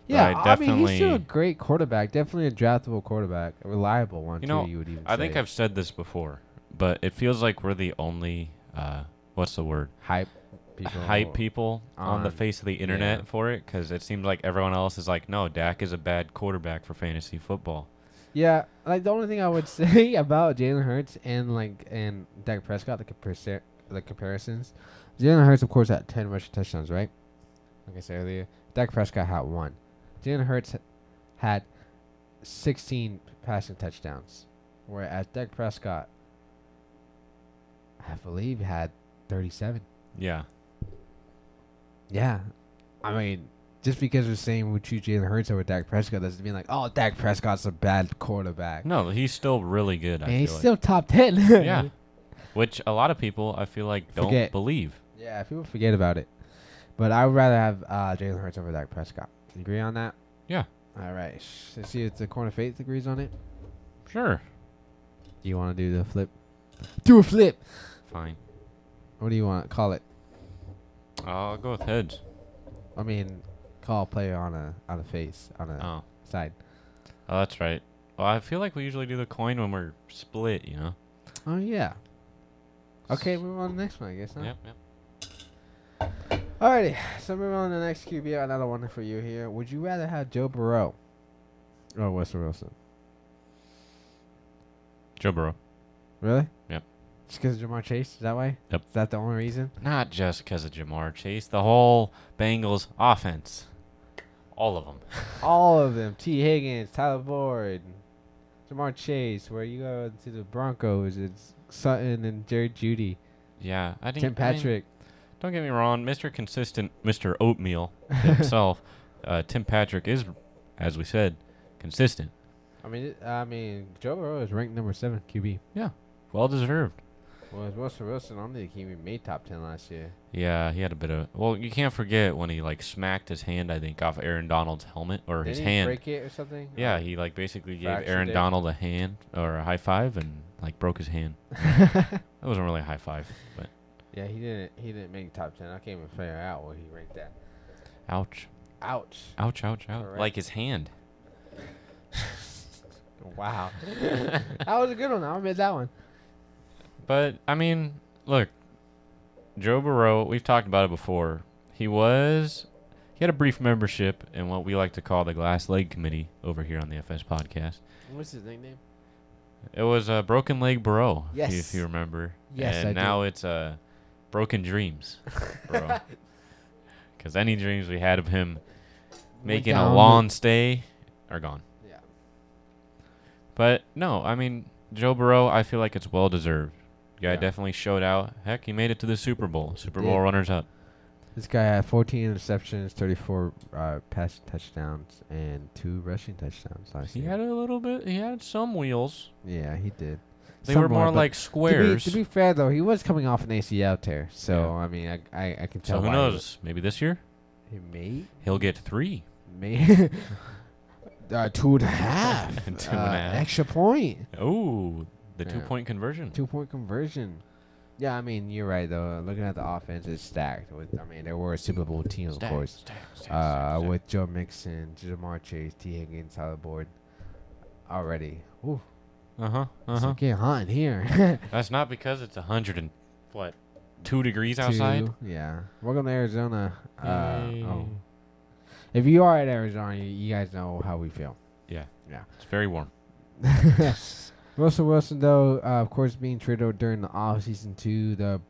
yeah,
I
I, mean he's still a
definitely-
great quarterback, definitely a draftable quarterback, a reliable one
You know,
too. You would even.
I think
say.
I've said this before, but it feels like we're the only uh, what's the word?
hype people.
hype people on, the
on-
face of the internet
yeah.
for it cuz it seems like everyone else is like, "No, Dak is a bad quarterback for fantasy football."
Yeah, like the only thing I would say about Jalen Hurts and like and Dak Prescott, the compar- the comparisons. Jalen Hurts, of course, had ten rushing touchdowns, right? Like I said earlier, Dak Prescott had one. Jalen Hurts had sixteen passing touchdowns, whereas Dak Prescott, I believe, had thirty-seven.
Yeah.
Yeah, I mean, just because we're saying we choose Jalen Hurts over Dak Prescott doesn't mean like, oh, Dak Prescott's a bad quarterback.
No, he's still really good, I
and he's
feel
still top ten.
like. Yeah. Which a lot of people I feel like don't
Forget.
believe.
yeah. People forget about it, but I would rather have uh, Jalen Hurts over Dak Prescott. You agree on that?
Yeah.
All right. sh- Let's see if the corner faith agrees on it.
Sure.
Do you want to do the flip? Do a flip.
Fine.
What do you want? Call it.
I'll Oh, go with heads.
I mean, call a player on a on a face on a
Oh.
side.
Oh, that's right. Well, I feel like we usually do the coin when we're split, you know.
Oh yeah. Okay, move on to the next one, I guess. Huh?
Yep, yep.
Alrighty, so moving on to the next QB. Another one for you here. Would you rather have Joe Burrow or Weston Wilson?
Joe Burrow.
Really?
Yep.
Just because of Jamar Chase? Is that why?
Yep.
Is that the only reason?
Not just because of Jamar Chase, the whole Bengals offense. All of them.
All of them. T. Higgins, Tyler Boyd, Jamar Chase, where you go to the Broncos, it's Sutton and Jared Judy.
Yeah, I think.
Tim
I mean,
Patrick.
don't get me wrong, Mr. Consistent, Mr. Oatmeal himself, uh, Tim Patrick is, as we said, consistent.
I mean, it- I mean, Joe Burrow is ranked number seven QB.
Well deserved.
Well, it's Russell Wilson. I don't think he even made top ten last year.
Yeah, he had a bit of. Well, you can't forget when he like smacked his hand, I think, off Aaron Donald's helmet or
Did
his
he
hand.
break it or something? Oh.
Yeah, he like basically gave
Fractured
Aaron
it.
Donald a hand or a high five and like broke his hand. That wasn't really a high five, but
yeah, he didn't. He didn't make top ten. I can't even figure out where he ranked at.
ouch,
Ouch!
ouch, ouch, ouch.
Correct.
Like his hand.
Wow, that was a good one. I'll admit that one.
But I mean, look, Joe Burrow. We've talked about it before. He was He had a brief membership in what we like to call the Glass Leg Committee over here on the FS podcast.
What's his nickname?
It was uh, Broken Leg Bro,
Yes.
if you remember.
Yes,
And
I do.
now it's uh, Broken Dreams Bro. Because any dreams we had of him
Went
making
down
a
the-
long stay are gone.
Yeah.
But no, I mean Joe Burrow, I feel like it's well deserved. Guy
Yeah.
definitely showed out. Heck, he made it to the Super Bowl. Super
Did.
Bowl runners up.
This guy had 14 interceptions, 34 uh, pass touchdowns, and two rushing touchdowns last
He
year.
had a little bit. He had some wheels.
yeah, he did.
They were
Somewhat,
more
but
like
to be,
squares.
to be fair though, he was coming off an ACL tear, so
Yeah.
I mean, I, I, I can tell.
so who
why he was-
knows? Maybe this year
He may,
he'll get three.
may, uh, two and a half,
Two and a
uh,
half.
extra point.
Oh, the
Yeah.
two point conversion.
Two point conversion. Yeah, I mean you're right though. Looking at the offense, it's stacked. With I mean they were a Super Bowl team, of
Stack,
course.
stack, stack,
Uh,
stack, stack.
with Joe Mixon, Jamar Chase, T Higgins, Tyler Boyd, already. Ooh,
Uh-huh.
it's
Uh-huh.
getting hot in here.
That's not because it's a hundred and what? Two degrees outside?
Two, Yeah, welcome to Arizona. Uh, oh.
Yay.
If you are at Arizona, you, you guys know how we feel.
Yeah.
Yeah.
It's very warm.
Russell Wilson, though, uh, of course, being traded during the offseason to the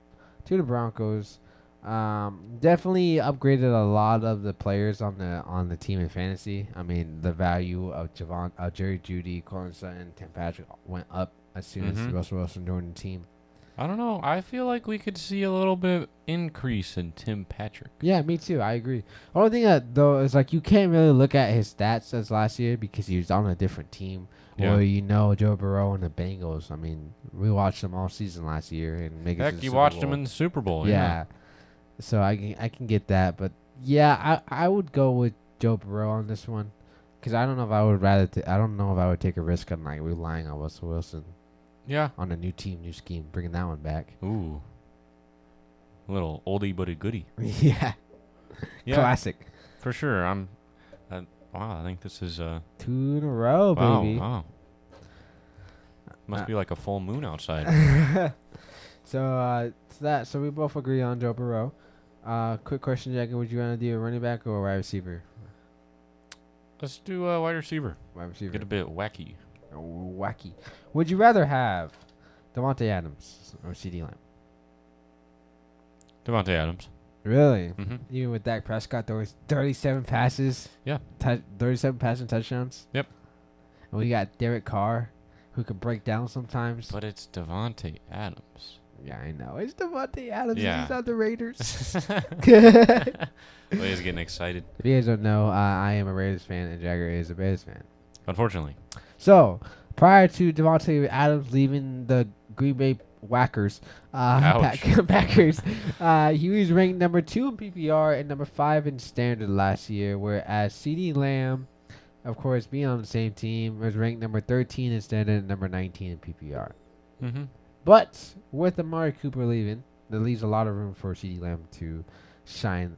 to the Broncos, um, definitely upgraded a lot of the players on the on the team in fantasy. I mean, the value of Javon, uh, Jerry Judy, Colin Sutton, Tim Patrick went up as soon as
Mhm.
Russell Wilson joined the team.
I don't know. I feel like we could see a little bit increase in Tim Patrick.
Yeah, me too. I agree. Only thing that though is like you can't really look at his stats as last year because he was on a different team.
Yeah.
Well, you know Joe Burrow and the Bengals. I mean, we watched them all season last year and make it to
Heck,
the
you
Super
watched him
Bowl.
in the Super Bowl. Yeah.
yeah. So I can I can get that, but yeah, I I would go with Joe Burrow on this one, because I don't know if I would rather t- I don't know if I would take a risk on like relying on Russell Wilson
Yeah.
on a new team, new scheme, bringing that one back.
Ooh. Little oldie but a goodie.
yeah.
Yeah,
classic.
for sure. I'm. Uh, wow, I think this is uh.
Two in a row,
wow,
Oh, baby.
wow. Must
Uh,
be like a full moon outside.
so uh, it's that. So we both agree on Joe Burrow. Uh, quick question, Jack: Would you want to do a running back or a wide receiver?
Let's do a uh, wide receiver.
Wide receiver. Oh,
Get a bit wacky.
Wacky. Would you rather have Devontae Adams or C.D. Lamb?
Devontae Adams.
Really?
hmm
Even with Dak Prescott, there was 37 passes.
Yeah.
Tou- 37 passing touchdowns.
Yep.
And we got Derek Carr, who can break down sometimes.
But it's Devontae Adams.
yeah, I know. It's Devontae Adams.
Yeah.
He's not the Raiders.
well, he's getting excited.
If you guys don't know, uh, I am a Raiders fan, and Jagger is a Bears fan.
Unfortunately.
So, prior to Devontae Adams leaving the Green Bay Whackers, uh,
Ouch.
Pack- Packers, uh, he was ranked number two in PPR and number five in standard last year, whereas C.D. Lamb, of course, being on the same team, was ranked number 13 in standard and number 19 in PPR.
Mm-hmm.
But with Amari Cooper leaving, that leaves a lot of room for C.D. Lamb to shine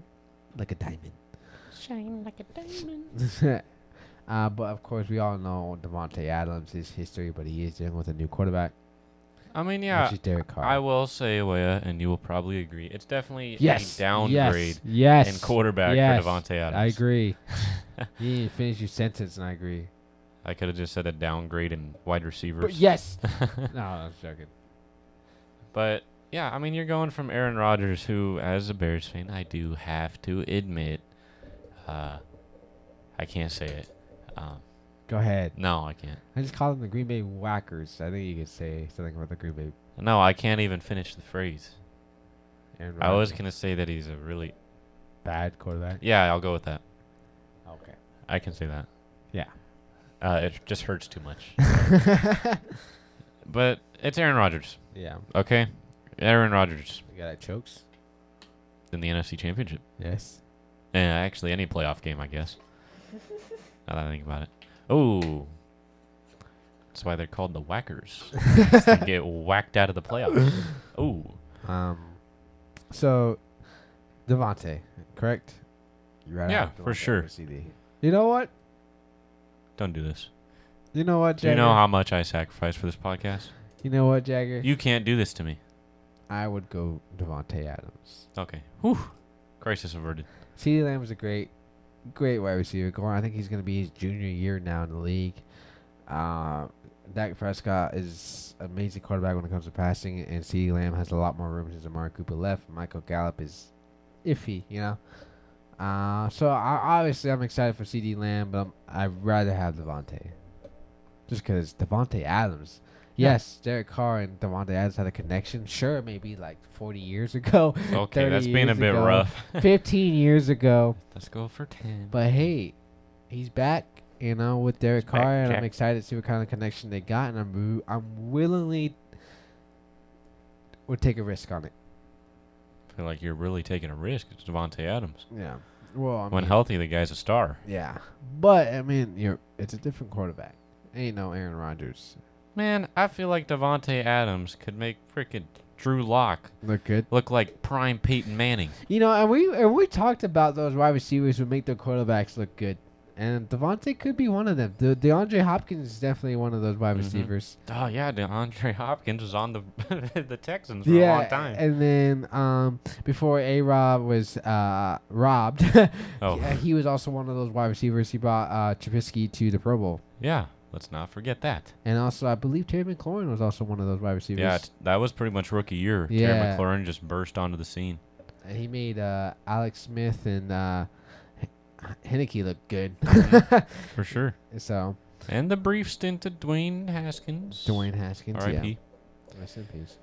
like a diamond.
Shine like a diamond.
uh, but of course, we all know Devonte Adams, his history, but he is dealing with a new quarterback,
I mean, yeah.
which is Derek Carr.
I will say, Weya, and you will probably agree, it's definitely
yes,
a downgrade
yes, yes,
in quarterback
yes,
for Devontae Adams.
I agree. you didn't finish your sentence, and I agree.
I could have just said a downgrade in wide receivers.
But yes, no, I was joking.
But yeah, I mean, you're going from Aaron Rodgers, who, as a Bears fan, I do have to admit, uh, I can't say it. Um,
Go ahead.
no, I can't.
I just called them the Green Bay Whackers. I think you could say something about the Green Bay.
No, I can't even finish the phrase.
Aaron
I was
Rodgers.
gonna say that he's a really
bad quarterback.
yeah. I'll go with that.
Okay.
I can say that.
Yeah.
Uh, it just hurts too much. but it's Aaron Rodgers.
yeah.
Okay, Aaron Rodgers
The guy that chokes.
in the NFC Championship.
Yes.
Eh, actually, any playoff game, I guess. now that I think about it. Oh. That's why they're called the Whackers. 'cause they get whacked out of the playoffs. Ooh.
Um, so Devonte, correct? You right?
Yeah, for sure.
You know what?
Don't do this.
You know what,
Do
Jagger?
you know how much I sacrificed for this podcast?
You know what, Jagger?
You can't do this to me.
I would go Devonte Adams.
Okay. Whew. Crisis averted.
CeeDee Lamb was a great great wide receiver going. I think he's going to be his junior year now in the league. Uh, Dak Prescott is amazing quarterback when it comes to passing, and CeeDee Lamb has a lot more room since Amari Cooper left. Michael Gallup is iffy, you know. Uh, so I, obviously I'm excited for CeeDee Lamb, but i I'd rather have Devontae. Just because Devontae Adams.
Yeah.
Yes, Derek Carr and Devontae Adams had a connection. Sure, maybe like 40 years ago,
Okay,
30
that's being a
years
bit
ago.
rough.
15 years ago.
Let's go for ten.
But hey, he's back, you know, with Derek
He's back,
Carr, and I'm
Jack.
excited to see what kind of connection they got, and I'm I'm willingly would take a risk on it.
I feel like you're really taking a risk. It's Devonte Adams.
Yeah. Well, I
When
mean,
healthy, the guy's a star.
yeah, but I mean, you're it's a different quarterback. Ain't no Aaron Rodgers.
Man, I feel like Devonte Adams could make freaking Drew Lock
Look good.
look like prime Peyton Manning.
You know, and we and we talked about those wide receivers who make their quarterbacks look good. And Devontae could be one of them. The DeAndre Hopkins is definitely one of those wide
Mhm.
receivers.
Oh yeah, DeAndre Hopkins was on the the Texans for a long time.
And then um, before A Rob was uh, robbed,
Oh.
yeah, he was also one of those wide receivers. He brought uh, Trubisky to the Pro Bowl.
yeah, let's not forget that.
And also, I believe Terry McLaurin was also one of those wide receivers.
Yeah, it's, that was pretty much rookie year.
Yeah.
Terry McLaurin just burst onto the scene.
And he made uh, Alex Smith and uh, Henneke look good.
For sure.
so,
And the brief stint of Dwayne Haskins.
Dwayne Haskins.
R.I.P.
Yeah. Rest in peace.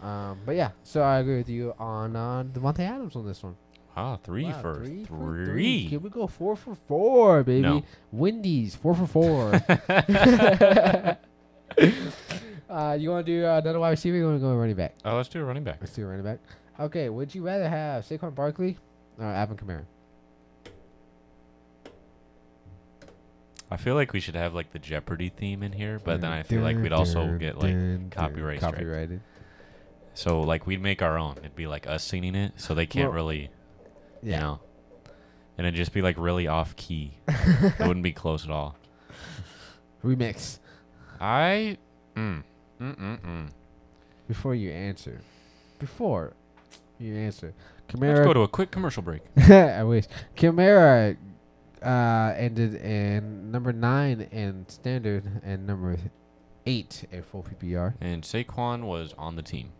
Um, but yeah, so I agree with you on uh, Devontae Adams on this one.
Ah, three
Wow,
for three.
three for three. Can we go four for four, baby?
No.
Wendy's four for four. uh, you want to do uh, another wide receiver? Or you want to go running back?
Oh, let's do a running back.
Let's do a running back. Okay, would you rather have Saquon Barkley or Alvin Kamara?
I feel like we should have like the Jeopardy theme in here, but then I feel like we'd also get like copyright strike.
copyrighted.
so like we'd make our own. It'd be like us singing it, so they can't
Well,
really, you
Yeah.
know, and it'd just be like really off key. it wouldn't be close at all.
Remix.
I, mm, mm, mm, mm.
Before you answer. Before you answer.
Let's go
Kamara.
to a quick commercial break.
I wish. Kamara uh, ended in number nine in standard and number eight in full PPR.
And Saquon was on the team.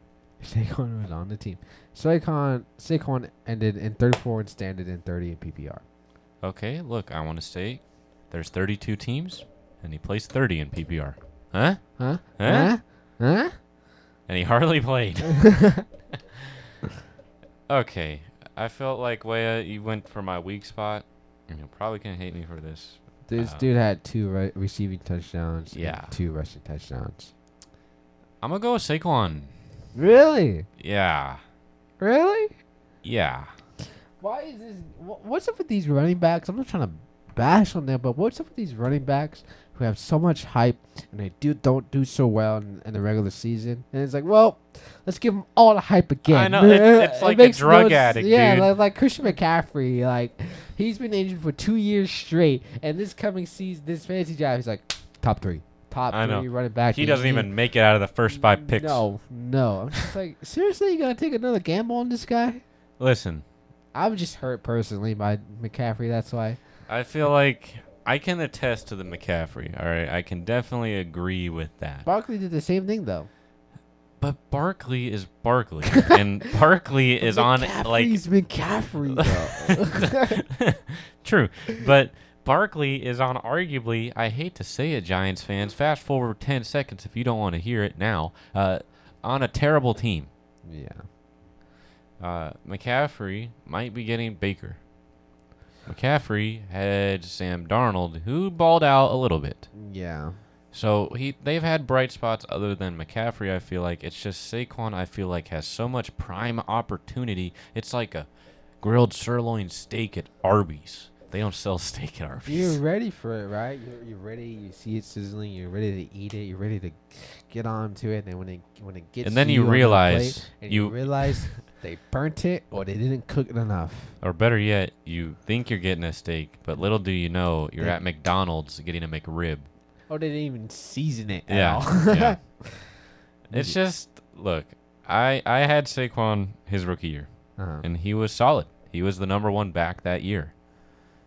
Saquon was on the team. Saquon Saquon ended in 34 and standard in 30 in PPR.
Okay, look, I want to say, there's 32 teams, and he plays 30 in PPR. Huh?
Huh?
Huh?
Huh?
and he hardly played. okay, I felt like Wea, you went for my weak spot. and You're probably gonna hate me for this.
This
Uh,
dude had two re- receiving touchdowns. and
Yeah.
two rushing touchdowns.
I'm gonna go with Saquon.
Really?
Yeah,
Really?
yeah.
Why is this? wh- What's up with these running backs? I'm not trying to bash on them, but what's up with these running backs who have so much hype and they do don't do so well in, in the regular season? And it's like, well, let's give them all the hype again.
know, it- it's like a
makes
drug
s-
addict,
Yeah,
dude.
Like, like Christian McCaffrey, like he's been injured for two years straight, and this coming season, this fantasy draft, he's like top three, top
I know.
three running back.
He
and
doesn't even make it out of the first five picks.
No, no. I'm just like, seriously, you gotta take another gamble on this guy?
Listen,
I'm just hurt personally by McCaffrey. That's why.
I feel like I can attest to the McCaffrey. All right, I can definitely agree with that.
Barkley did the same thing though.
But Barkley is Barkley, and Barkley is on like
McCaffrey's McCaffrey though.
True, but Barkley is on arguably. I hate to say it, Giants fans. Fast forward ten seconds if you don't want to hear it now. Uh, on a terrible team,
yeah.
uh, McCaffrey might be getting Baker. McCaffrey had Sam Darnold, who balled out a little bit.
Yeah.
So he they've had bright spots other than McCaffrey, I feel like. It's just Saquon I feel like has so much prime opportunity. It's like a grilled sirloin steak at Arby's. They don't sell steak at
You're
Arby's.
ready for it, right? You're, you're ready. You see it sizzling. You're ready to eat it. You're ready to get on to it. And when it when it gets
And then
to
you
on the plate
realize
and you,
you-
realize they burnt it or they didn't cook it enough.
Or better yet, you think you're getting a steak, but little do you know you're at McDonald's getting a McRib.
Or they didn't even season it at
Yeah.
all.
yeah. It's just look, I I had Saquon his rookie year.
Uh-huh.
and he was solid. He was the number one back that year.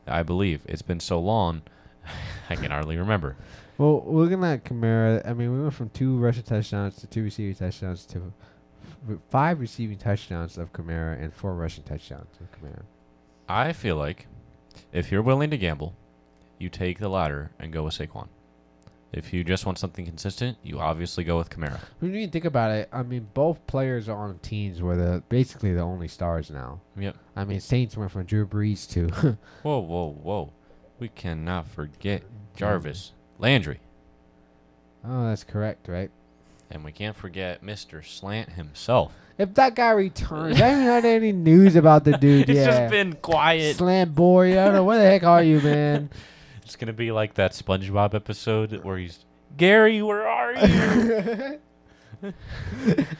I believe it's been so long, I can hardly remember.
Well, looking at Kamara, I mean, we went from two rushing touchdowns to two receiving touchdowns to f- five receiving touchdowns of Kamara and four rushing touchdowns of Kamara.
I feel like if you're willing to gamble, you take the latter and go with Saquon. If you just want something consistent, you obviously go with Kamara.
When you think about it, I mean, both players are on teams where they're basically the only stars now.
Yep.
I mean, Saints went from Drew Brees to
Whoa, whoa, whoa. We cannot forget Jarvis, Landry,
oh, that's correct, right?
and we can't forget Mr. Slant himself.
If that guy returns, I haven't heard any news about the dude
It's
yet.
just been quiet.
Slam boy, I don't know where the heck are you, man.
It's going to be like that SpongeBob episode where he's, Gary, where are you?
I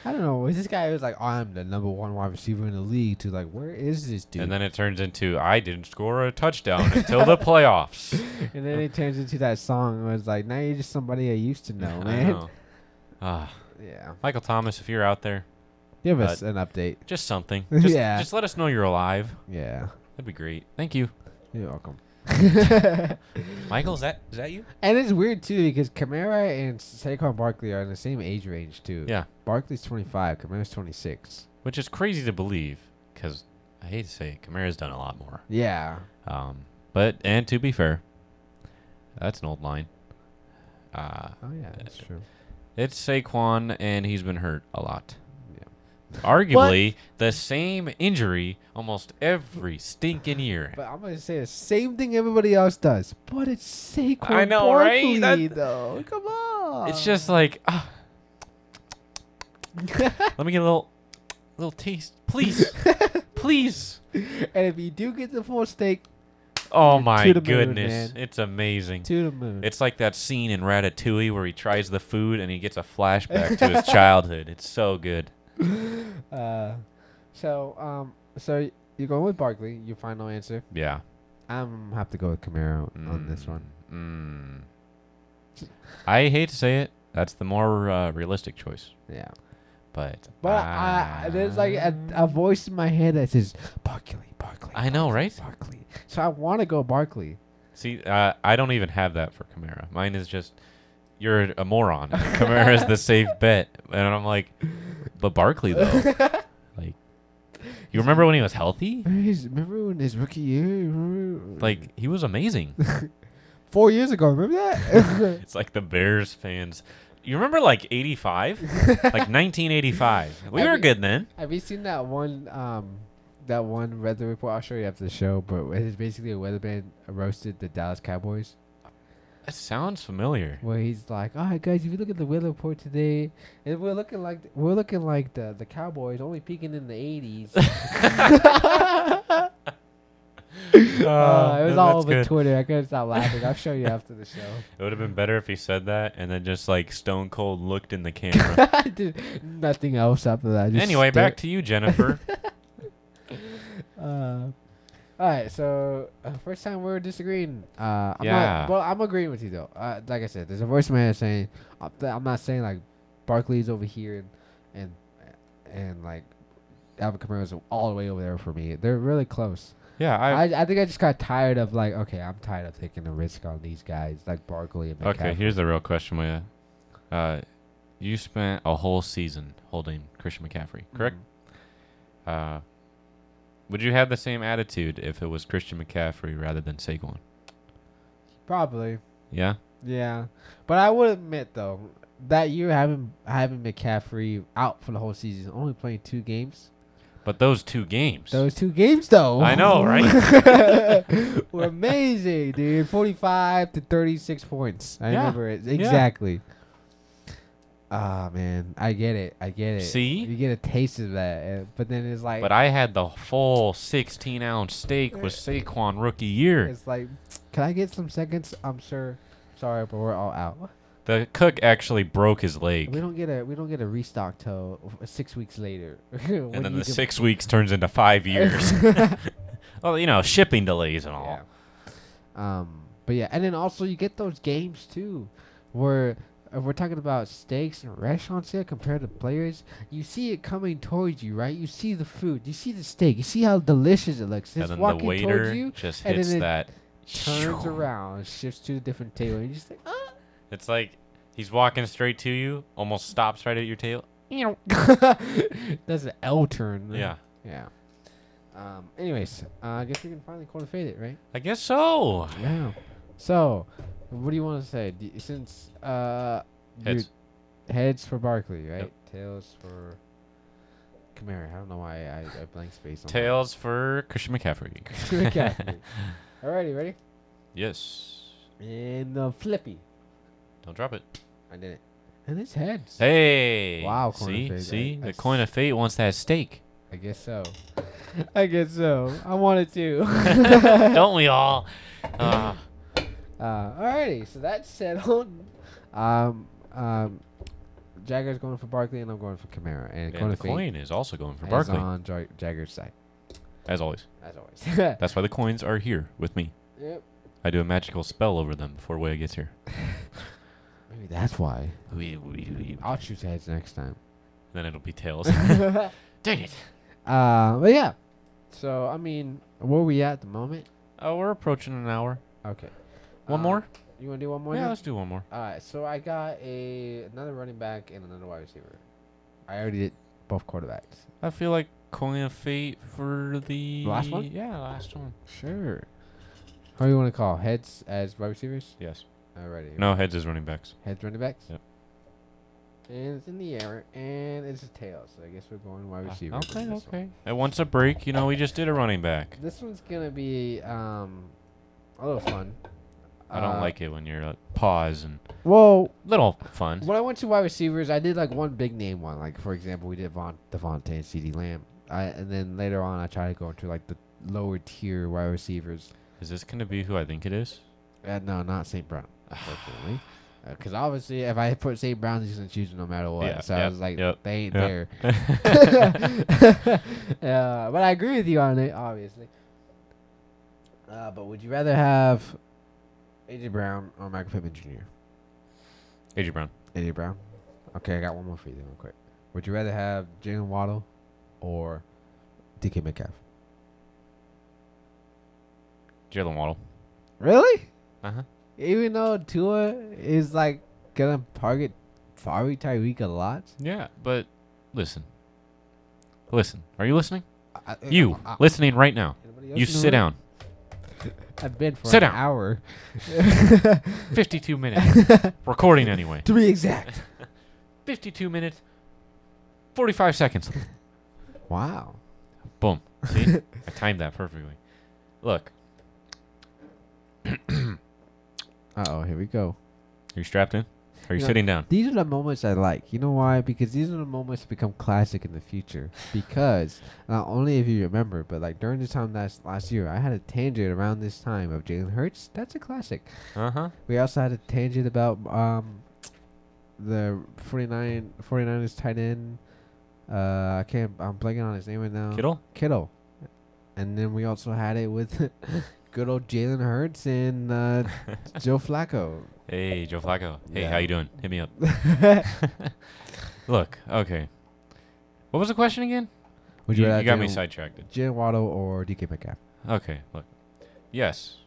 don't know. Was this guy was like, I'm the number one wide receiver in the league. To like, where is this dude?
and then it turns into, I didn't score a touchdown until the playoffs.
And then it turns into that song. Where it's like, now you're just somebody I used to know,
I
man.
know. Ah,
Yeah,
Michael Thomas, if you're out there,
give us an update.
just something. Just,
Yeah.
just let us know you're alive.
Yeah,
That'd be great. Thank you.
you're welcome.
Michael, is that is that you?
And it's weird too because Kamara and Saquon Barkley are in the same age range too.
Yeah.
Barkley's 25, Kamara's 26.
Which is crazy to believe because I hate to say it, Kamara's done a lot more.
Yeah.
Um, but, and to be fair, that's an old line. Uh,
Oh yeah, that's true.
it's Saquon, and he's been hurt a lot.
Yeah.
Arguably the same injury almost every stinking year.
But I'm gonna say the same thing everybody else does, but it's Saquon
I know,
Barkley
right?
though. Come on.
It's just like, ah, let me get a little, little taste, please, please.
and if you do get the full steak,
Oh
To
my
the moon,
goodness,
man.
it's amazing.
to the moon.
It's like that scene in Ratatouille where he tries the food and he gets a flashback to his childhood. It's so good.
uh, so um, so you're going with Barkley. Your final answer.
Yeah.
I'm have to go with Kamara on this one.
Mm. I hate to say it. That's the more uh, realistic choice,
Yeah.
but
But I, I- there's like a, a voice in my head that says Barkley, Barkley.
Ah. I know,
Barkley,
right?
Barkley. So I want to go Barkley.
See, uh, I don't even have that for Kamara. Mine is just you're a moron. Kamara is the safe bet, and I'm like, but Barkley though, like, you remember when he was healthy?
Remember, his, remember when his rookie year? Remember-
Like he was amazing.
four years ago. Remember that?
It's like the Bears fans. You remember like 85? like 1985. We
Have
were
you-
good then.
Have you seen that one? Um, that one weather report. I'll show you after the show. But it's basically a weatherman roasted the Dallas Cowboys.
That sounds familiar.
where he's like, "All right, guys, if you look at the weather report today, and we're looking like we're looking like the the Cowboys only peaking in the '80s." uh, it was all over Twitter. I couldn't stop laughing. I'll show you after the show.
It would have been better if he said that and then just like stone cold looked in the camera.
Dude, nothing else after that. Just
anyway,
stare-
back to you, Jennifer.
Uh, all right, so uh, first time we were disagreeing. Uh, I'm
Yeah.
Not, well, I'm agreeing with you though. Uh, like I said, there's a voice in my head saying, I'm, th- I'm not saying like Barkley's over here and and, and like Alvin Kamara's all the way over there for me. They're really close.
yeah,
I,
I
I think I just got tired of like, okay, I'm tired of taking the risk on these guys like Barkley and
Okay,
McCaffrey.
here's the real question, Maya. Uh you spent a whole season holding Christian McCaffrey,
Mm-hmm.
correct? Uh would you have the same attitude if it was Christian McCaffrey rather than Saquon?
Probably,
Yeah?
yeah. But I would admit though that year having having McCaffrey out for the whole season, only playing two games.
But those two games.
Those Oh two games, though.
I know,
right? were amazing, dude. 45 to 36 points. I
Yeah.
remember it. Exactly. Ah, man. I get it. I get it.
See?
You get a taste of that. eh, But then it's like,
But I had the full 16 ounce steak with Saquon rookie year.
it's like, can I get some seconds? I'm sure. Sorry, but we're all out.
The cook actually broke his leg.
We don't get a we don't get a restock till six weeks later.
and then the six weeks turns into five years. well, you know, shipping delays and all.
Yeah. Um, but yeah, and then also you get those games too, where if we're talking about steaks and restaurants here compared to players, you see it coming towards you, right? You see the food, you see the steak, you see how delicious it looks.
and
It's
then the
walking
waiter
towards you,
just
and
hits
then it-
that.
turns around, shifts to a different table, and you just like,
It's like he's walking straight to you, almost stops right at your table.
ah. that's an L turn. right?
Yeah,
Yeah. Um. Anyways, uh, I guess we can finally call it faded, right?
I guess so.
Yeah. So, what do you want to say? Do you- since uh, you-
Heads.
heads for Barkley, right? Tails for Kamara. I don't know why I, I blank space on
Tails for Christian McCaffrey.
That. McCaffrey. Alrighty, ready?
yes.
And the flippy.
Don't drop it.
I did it. And it's heads.
Hey.
Wow, coin of
See,
fate.
see,
I- I
the coin of fate wants that steak.
I guess so. I guess so. I wanted to.
Don't we all? Uh,
Uh, alrighty, so that's settled. Um, um, Jagger's going for Barkley, and I'm going for Kamara. And,
and
Kona
the
Fate
coin is also going for
is
Barkley,
on Ja- Jagger's side,
as always.
as always.
That's why the coins are here with me.
yep.
I do a magical spell over them before Wea gets here.
Maybe that's why.
then
I'll choose heads next time.
it'll be tails.
uh,
Dang it.
but yeah. So I mean, where we at the moment?
Oh, we're approaching an hour.
Okay.
One
Uh,
more?
You want to do one more?
yeah,
now?
let's do one more.
All right. So I got a another running back and another wide receiver. I already did both quarterbacks.
I feel like coin of fate for the
last one?
Yeah, last one.
Sure. Who do you want to call heads as wide receivers?
Yes.
Alrighty.
No heads is running backs.
Heads running backs.
Yep.
And it's in the air, and it's a tail. So I guess we're going wide
Uh,
receiver. with
Okay,
this one.
okay. And once a break, you know, we just did a running back.
This one's gonna be um a little fun.
I don't
Uh,
like it when you're like pause and
Well,
little fun.
when I went to wide receivers, I did like one big name one. Like for example, we did Von Devontae and C.D. Lamb. I and then later on, I tried to go into like the lower tier wide receivers.
Is this gonna be who I think it is?
Uh, no, not St. Brown, unfortunately. Because obviously, if I put St. Brown, he's gonna choose him no matter what.
Yeah,
so I
yep,
was like,
yep,
they ain't
yep.
there. uh, but I agree with you on it, obviously. Uh, but would you rather have AJ Brown or Michael Pittman Jr.?
AJ Brown.
AJ Brown. Okay, I got one more for you then, real quick. Would you rather have Jalen Waddle or DK Metcalf?
Jalen Waddle.
Really?
Uh huh.
Even though Tua is like gonna target Fari Tyreek a lot,
Yeah, but listen. Listen. Are you listening?
I, I-
You
I-
listening right now.
anybody else
You
in the
sit
room?
down.
I've been for
Sit
an
down.
hour,
Fifty two minutes. Recording anyway.
to be exact.
Fifty two minutes. Forty five seconds.
Wow.
Boom. See? I timed that perfectly. Look,
Uh oh, here we go.
are you strapped in? Are you
Yeah.
sitting down?
These are the moments I like. You know why? Because these are the moments that become classic in the future. Because not only if you remember, but like during this time last last year, I had a tangent around this time of Jalen Hurts. That's a classic.
Uh huh.
We also had a tangent about um the 49 49ers tight end. Uh, I can't. I'm blanking on his name right now.
Kittle?
Kittle. And then we also had it with good old Jalen Hurts and uh, Joe Flacco.
Hey, Joe Flacco. Hey,
Yeah.
how you doing? Hit me up. Look, okay. What was the question again?
Would
you,
rather
you got me
Jalen-
sidetracked.
Jalen Waddle or DK Metcalf?
Okay, look. Yes,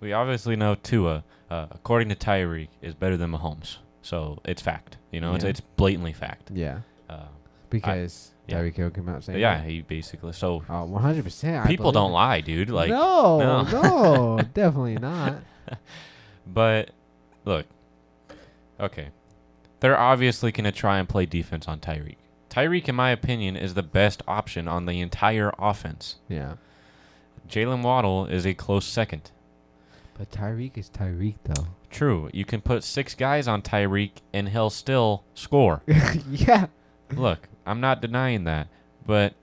we obviously know Tua, uh, according to Tyreek, is better than Mahomes. So it's fact. You know, it's,
Yeah.
it's blatantly fact.
Yeah,
Uh,
because
yeah.
Tyreek Hill came out
but
saying,
yeah, he basically. So
that. uh, one hundred percent."
people don't lie, dude. Like,
no,
no.
no, definitely not.
but look, okay, they're obviously gonna try and play defense on Tyreek. Tyreek, in my opinion, is the best option on the entire offense.
Yeah,
Jalen Waddle is a close second.
but Tyreek is Tyreek though.
True. You can put six guys on Tyreek and he'll still score.
yeah,
Look, I'm not denying that, but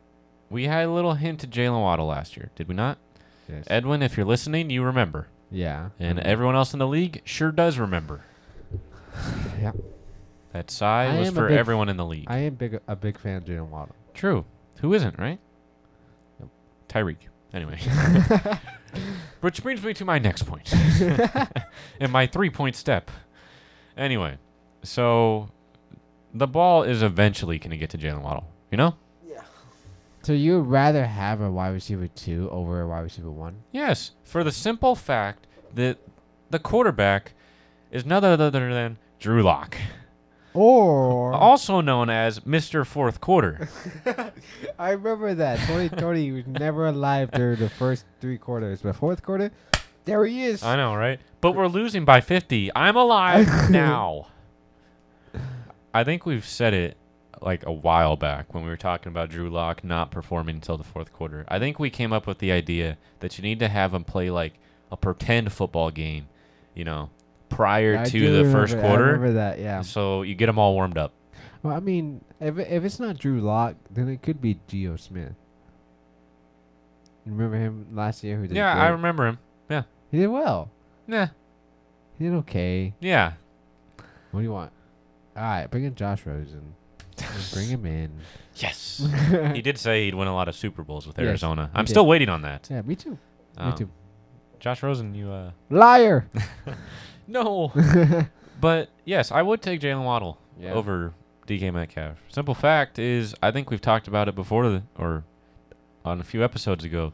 we had a little hint to Jalen Waddle last year, did we not?
yes.
Edwin, if you're listening, you remember.
yeah,
And
Mhm.
everyone else in the league sure does remember.
yeah.
That sigh
I
was
am a
for
big-
everyone in the league.
I am big a big fan of Jalen Waddle.
True. Who isn't, right?
Yep.
Tyreek. Anyway. Which brings me to my next point and my three point step. Anyway, so the ball is eventually going to get to Jalen Waddle. You know?
So you'd rather have a wide receiver two over a wide receiver one?
Yes, for the simple fact that the quarterback is none other than Drew Lock,
Or
also known as Mr. Fourth Quarter.
I remember that 2020 he was never alive during the first three quarters, but fourth quarter, there he is.
I know, right? But we're losing by 50. I'm alive now. I think we've said it like a while back when we were talking about Drew Lock not performing until the fourth quarter. I think we came up with the idea that you need to have him play like a pretend football game, you know, prior
I
to
do
the
remember-
first
I
quarter.
remember that, yeah.
So you get them all warmed up.
Well, I mean, if it- if it's not Drew Lock, then it could be Geo Smith. Remember him last year? Who did
Yeah, I
great?
remember him.
He did well.
Yeah,
He did okay.
yeah.
What do you want? All right, bring in Josh Rosen. bring him in.
Yes. he did say he'd win a lot of Super Bowls with
Yes,
Arizona.
he
I'm
did.
still waiting on that.
Yeah, me too.
Um,
me too.
Josh Rosen, you uh
Liar.
No. but yes, I would take Jalen Waddle
Yeah.
over DK Metcalf. Simple fact is I think we've talked about it before the, or on a few episodes ago.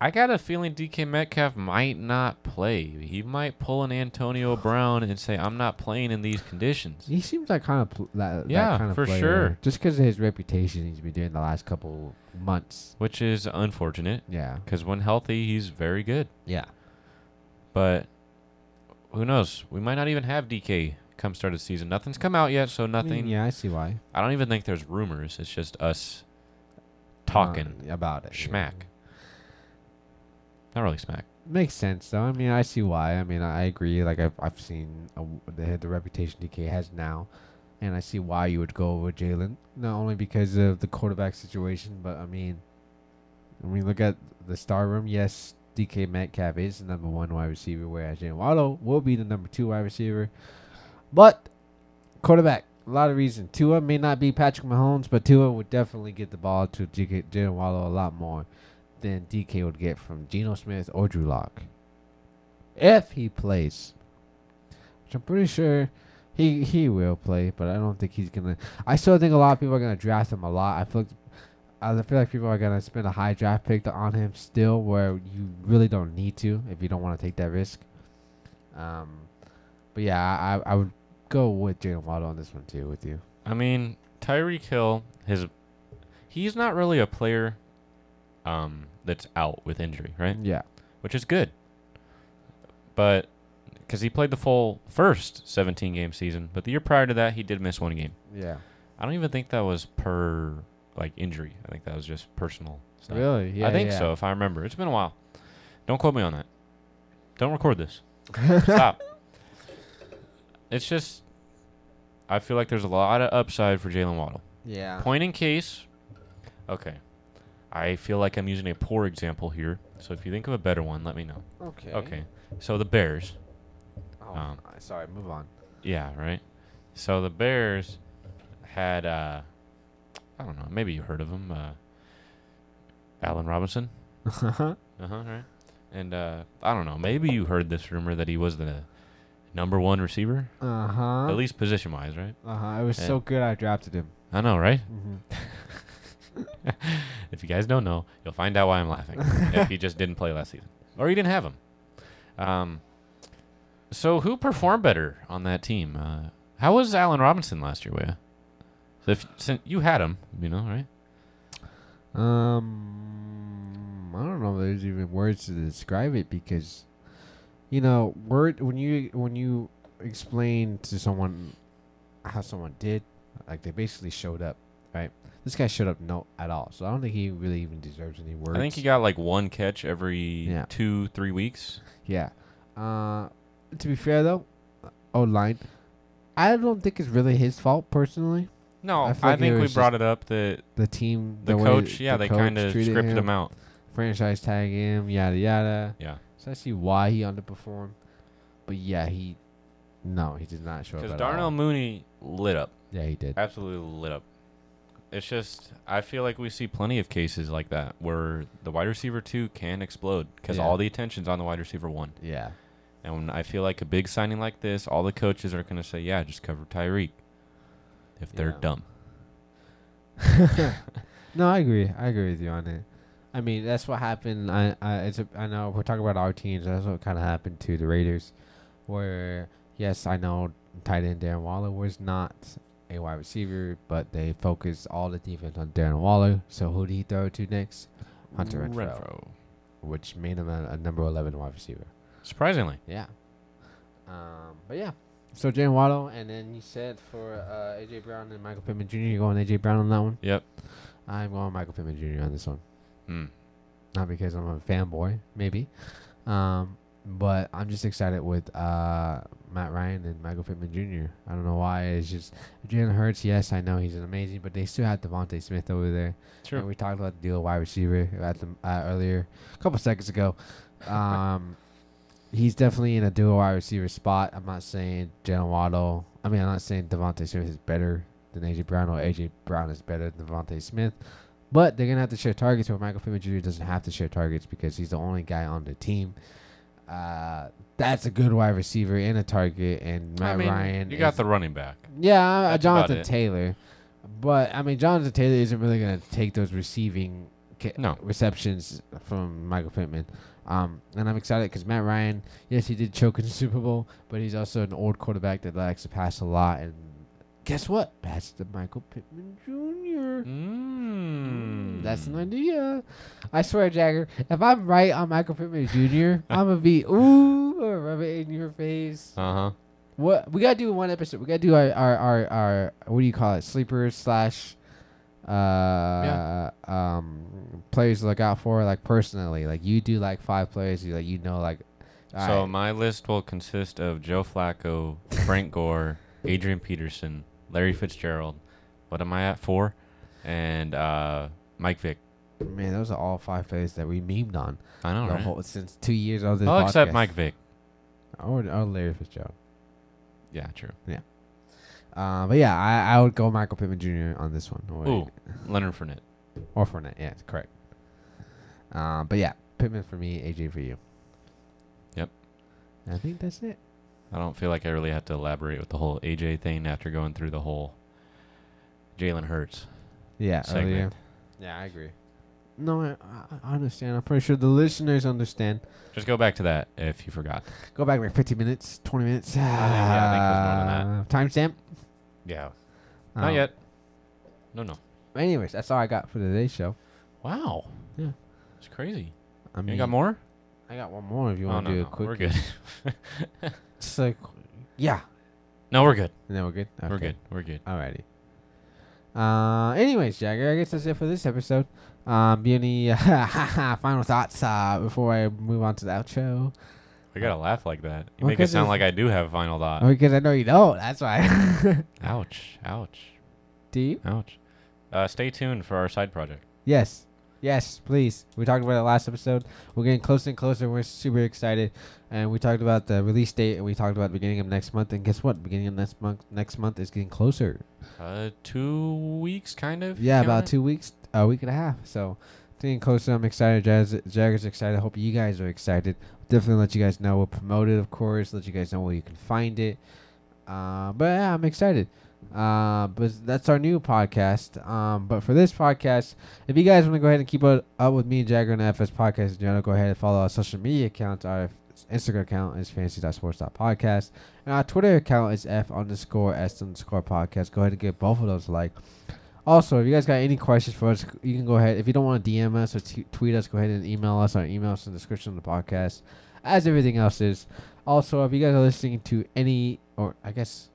I got a feeling DK Metcalf might not play. He might pull an Antonio Brown and say, I'm not playing in these conditions.
He seems like kind of pl- that, that
Yeah,
kind of
for
player.
sure.
Just because of his reputation, he's been doing the last couple months.
Which is unfortunate
Yeah.
because when healthy, he's very good.
Yeah.
But who knows? We might not even have DK come start of the season. Nothing's come out yet, so
I mean,
nothing.
yeah, I see why.
I don't even think there's rumors. It's just us
Uh,
talking
about it. yeah.
smack. Not really smack.
Makes sense though. I mean, I see why. I mean, I agree. Like I've I've seen uh, w- the the reputation DK has now, and I see why you would go with Jalen. Not only because of the quarterback situation, but I mean, when we look at the star room, yes, DK Metcalf is the number one wide receiver, whereas Jalen Waddle will be the number two wide receiver. But quarterback, a lot of reason. Tua may not be Patrick Mahomes, but Tua would definitely get the ball to DK Jalen Waddle a lot more than DK would get from Geno Smith or Drew Lock. If he plays. Which I'm pretty sure he he will play, but I don't think he's gonna I still think a lot of people are gonna draft him a lot. I feel like I feel like people are gonna spend a high draft pick to- on him still where you really don't need to if you don't wanna take that risk. Um but yeah, I I I would go with Jalen Waddle on this one too with you.
I mean, Tyreek Hill, his he's not really a player um, that's out with injury, right?
Yeah.
Which is good. But because he played the full first 17 game season, but the year prior to that, he did miss one game.
Yeah.
I don't even think that was per like injury. I think that was just personal stuff.
Really? Yeah.
I think
yeah.
so, if I remember. It's been a while. Don't quote me on that. Don't record this. Stop. It's just, I feel like there's a lot of upside for Jalen Waddle.
Yeah.
Point in case. Okay. I feel like I'm using a poor example here. So if you think of a better one, let me know.
Okay.
Okay. So the Bears.
Oh,
Um,
I- sorry, move on.
Yeah, right. So the Bears had, uh, I don't know, maybe you heard of him, uh, Allen Robinson.
Uh-huh.
Uh huh. Right. And uh, I don't know. Maybe you heard this rumor that he was the number one receiver,
Uh huh.
at least position wise, right?
Uh huh. It was
Yeah.
so good I drafted him.
I know, right?
Mm-hmm.
If you guys don't know, you'll find out why I'm laughing. if he just didn't play last season, or you didn't have him. Um. So who performed better on that team? Uh, how was Allen Robinson last year, Wea? So if since you had him, you know, right?
Um, I don't know if there's even words to describe it because, you know, word when you when you explain to someone how someone did, like they basically showed up, right? This guy showed up no at all, so I don't think he really even deserves any words.
I think he got like one catch every
Yeah.
two, three weeks.
Yeah. Uh, to be fair though, O line, I don't think it's really his fault personally.
No,
I
I,
feel like it
think we
was
brought it up that
The team,
the,
way
coach, yeah,
the
they
coach
kind of
treated
scripted him.
him
out.
franchise tag him, yada yada.
Yeah,
So I see why he underperformed. But yeah, he no, he did not show up.
because
at
Darnell
all.
Mooney lit up,
Yeah, he did.
absolutely lit up. It's just I feel like we see plenty of cases like that where the wide receiver two can explode because
Yeah.
all the attention's on the wide receiver one,
Yeah.
And I feel like a big signing like this, all the coaches are going to say, yeah, just cover Tyreek if they're
Yeah.
dumb.
no, I agree. I agree with you on it. I mean, that's what happened. I, I, it's a, I know we're talking about our teams. That's what kind of happened to the Raiders, where yes, I know tight end Darren Waller was not a wide receiver, but they focused all the defense on Darren Waller. So who did he throw to next? Hunter Renfro, which made him a, a number eleven wide receiver.
Surprisingly.
Yeah. Um, but yeah. So Jalen Waddle, and then you said for uh, AJ Brown and Michael Pittman Jr. You're going AJ Brown on that one.
Yep.
I'm going Michael Pittman Jr. on this one.
Mm.
Not because I'm a fanboy, maybe, um, but I'm just excited with uh, Matt Ryan and Michael Pittman Jr. I don't know why. It's just Jalen Hurts. Yes, I know he's an amazing, but they still have Devonte Smith over there.
True.
And we talked about the deal of wide receiver at the uh, earlier a couple seconds ago. Um, he's definitely in a dual wide receiver spot. I'm not saying Jalen Waddle. I mean, I'm not saying Devontae Smith is better than AJ Brown or AJ Brown is better than Devontae Smith. But they're gonna have to share targets where Michael Pittman Jr. doesn't have to share targets because he's the only guy on the team. Uh, that's a good wide receiver and a target, and Matt
I mean,
Ryan.
you got
is-
the running back.
yeah, uh,
That's about
Jonathan
it.
Taylor. But I mean, Jonathan Taylor isn't really going to take those receiving ca-
No.
receptions from Michael Pittman. Um, and I'm excited because Matt Ryan, yes, he did choke in the Super Bowl, but he's also an old quarterback that likes to pass a lot. And guess what? Pass to Michael Pittman Jr.
Mm.
That's an idea. I swear, Jagger, if I'm right on Michael Pittman Jr., I'm gonna be ooh, or rub it in your face.
Uh huh.
What we gotta do one episode. We gotta do our our our, our what do you call it? Sleepers slash, uh, um, players to look out for. Like personally, like you do like five players. You like you know like. all
So
right.
my list will consist of Joe Flacco, Frank Gore, Adrian Peterson, Larry Fitzgerald. What am I at four? And uh, Mike Vick.
man, those are all five players that we memed on
I know,
the
right?
whole, since two years of this.
Oh, except
podcast.
Mike Vick.
or, or Larry Fitzgerald.
Yeah, true.
Uh, but yeah, I, I would go Michael Pittman Jr. on this one. Or,
Ooh, Leonard Fournette.
or Fournette. Yeah, it's correct. Uh, but yeah, Pittman for me, AJ for you.
Yep.
I think that's it.
I don't feel like I really have to elaborate with the whole AJ thing after going through the whole Jalen Hurts
Yeah, earlier.
segment.
Yeah, I agree. No, I, I- I understand. I'm pretty sure the listeners understand.
Just go back to that if you forgot.
Go back like 15 minutes, 20 minutes.
yeah,
Uh, Timestamp?
Yeah.
Um,
Not yet. No, no.
Anyways, that's all I got for today's show.
Wow.
Yeah.
It's crazy.
I mean,
You got more?
I got one more if you
Oh,
want to
no,
do
no,
a quick.
We're good.
Just like, yeah.
no, we're good.
And then we're good.
We're
Okay.
good. We're good.
Alrighty. Uh, anyways, Jagger, I guess that's it for this episode. Um, be any final thoughts uh, before I move on to the outro?
We gotta laugh like that. You
Well,
make it
'cause
sound
it's-
like I do have a final thought.
because I know you don't. That's why.
Ouch! Ouch!
do you?
Ouch! Uh, stay tuned for our side project.
Yes. Yes, please. We talked about it last episode. We're getting closer and closer. We're super excited. And we talked about the release date and we talked about the beginning of next month. And guess what? Beginning of next month next month is getting closer.
Uh, two weeks, kind of.
Yeah,
count
about
it?
two weeks, a week and a half. So it's getting closer. I'm excited. Jazz, Jagger's excited. Hope you guys are excited. Definitely let you guys know. We'll promote it, of course. Let you guys know where you can find it. Uh, but yeah, I'm excited. Uh, but that's our new podcast. Um, but for this podcast, if you guys want to go ahead and keep up, up with me and Jagger and the FS podcast in general, go ahead and follow our social media accounts. Our Instagram account is fantasy.sports.podcast. And our Twitter account is F underscore S underscore podcast. Go ahead and give both of those a like. Also, if you guys got any questions for us, you can go ahead. If you don't want to DM us or t- tweet us, go ahead and email us. Our email is in the description of the podcast, as everything else is. Also, if you guys are listening to any, or I guess,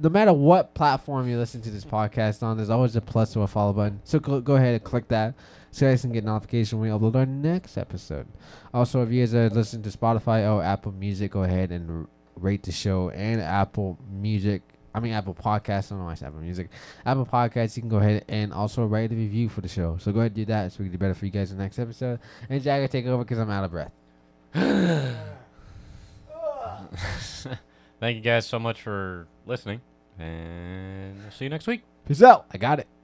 no matter what platform you listen to this podcast on, there's always a plus or a follow button. So go, go ahead and click that so you guys can get notification when we upload our next episode. Also, if you guys are listening to Spotify or Apple Music, go ahead and r- rate the show and Apple Music. I mean, Apple Podcasts. I don't know why I said Apple Music. Apple Podcasts, you can go ahead and also write a review for the show. So go ahead and do that so we can do better for you guys in the next episode. And Jagger, take over because I'm out of breath.
Thank you guys so much for listening, and I'll see you next week.
Peace out. I got it.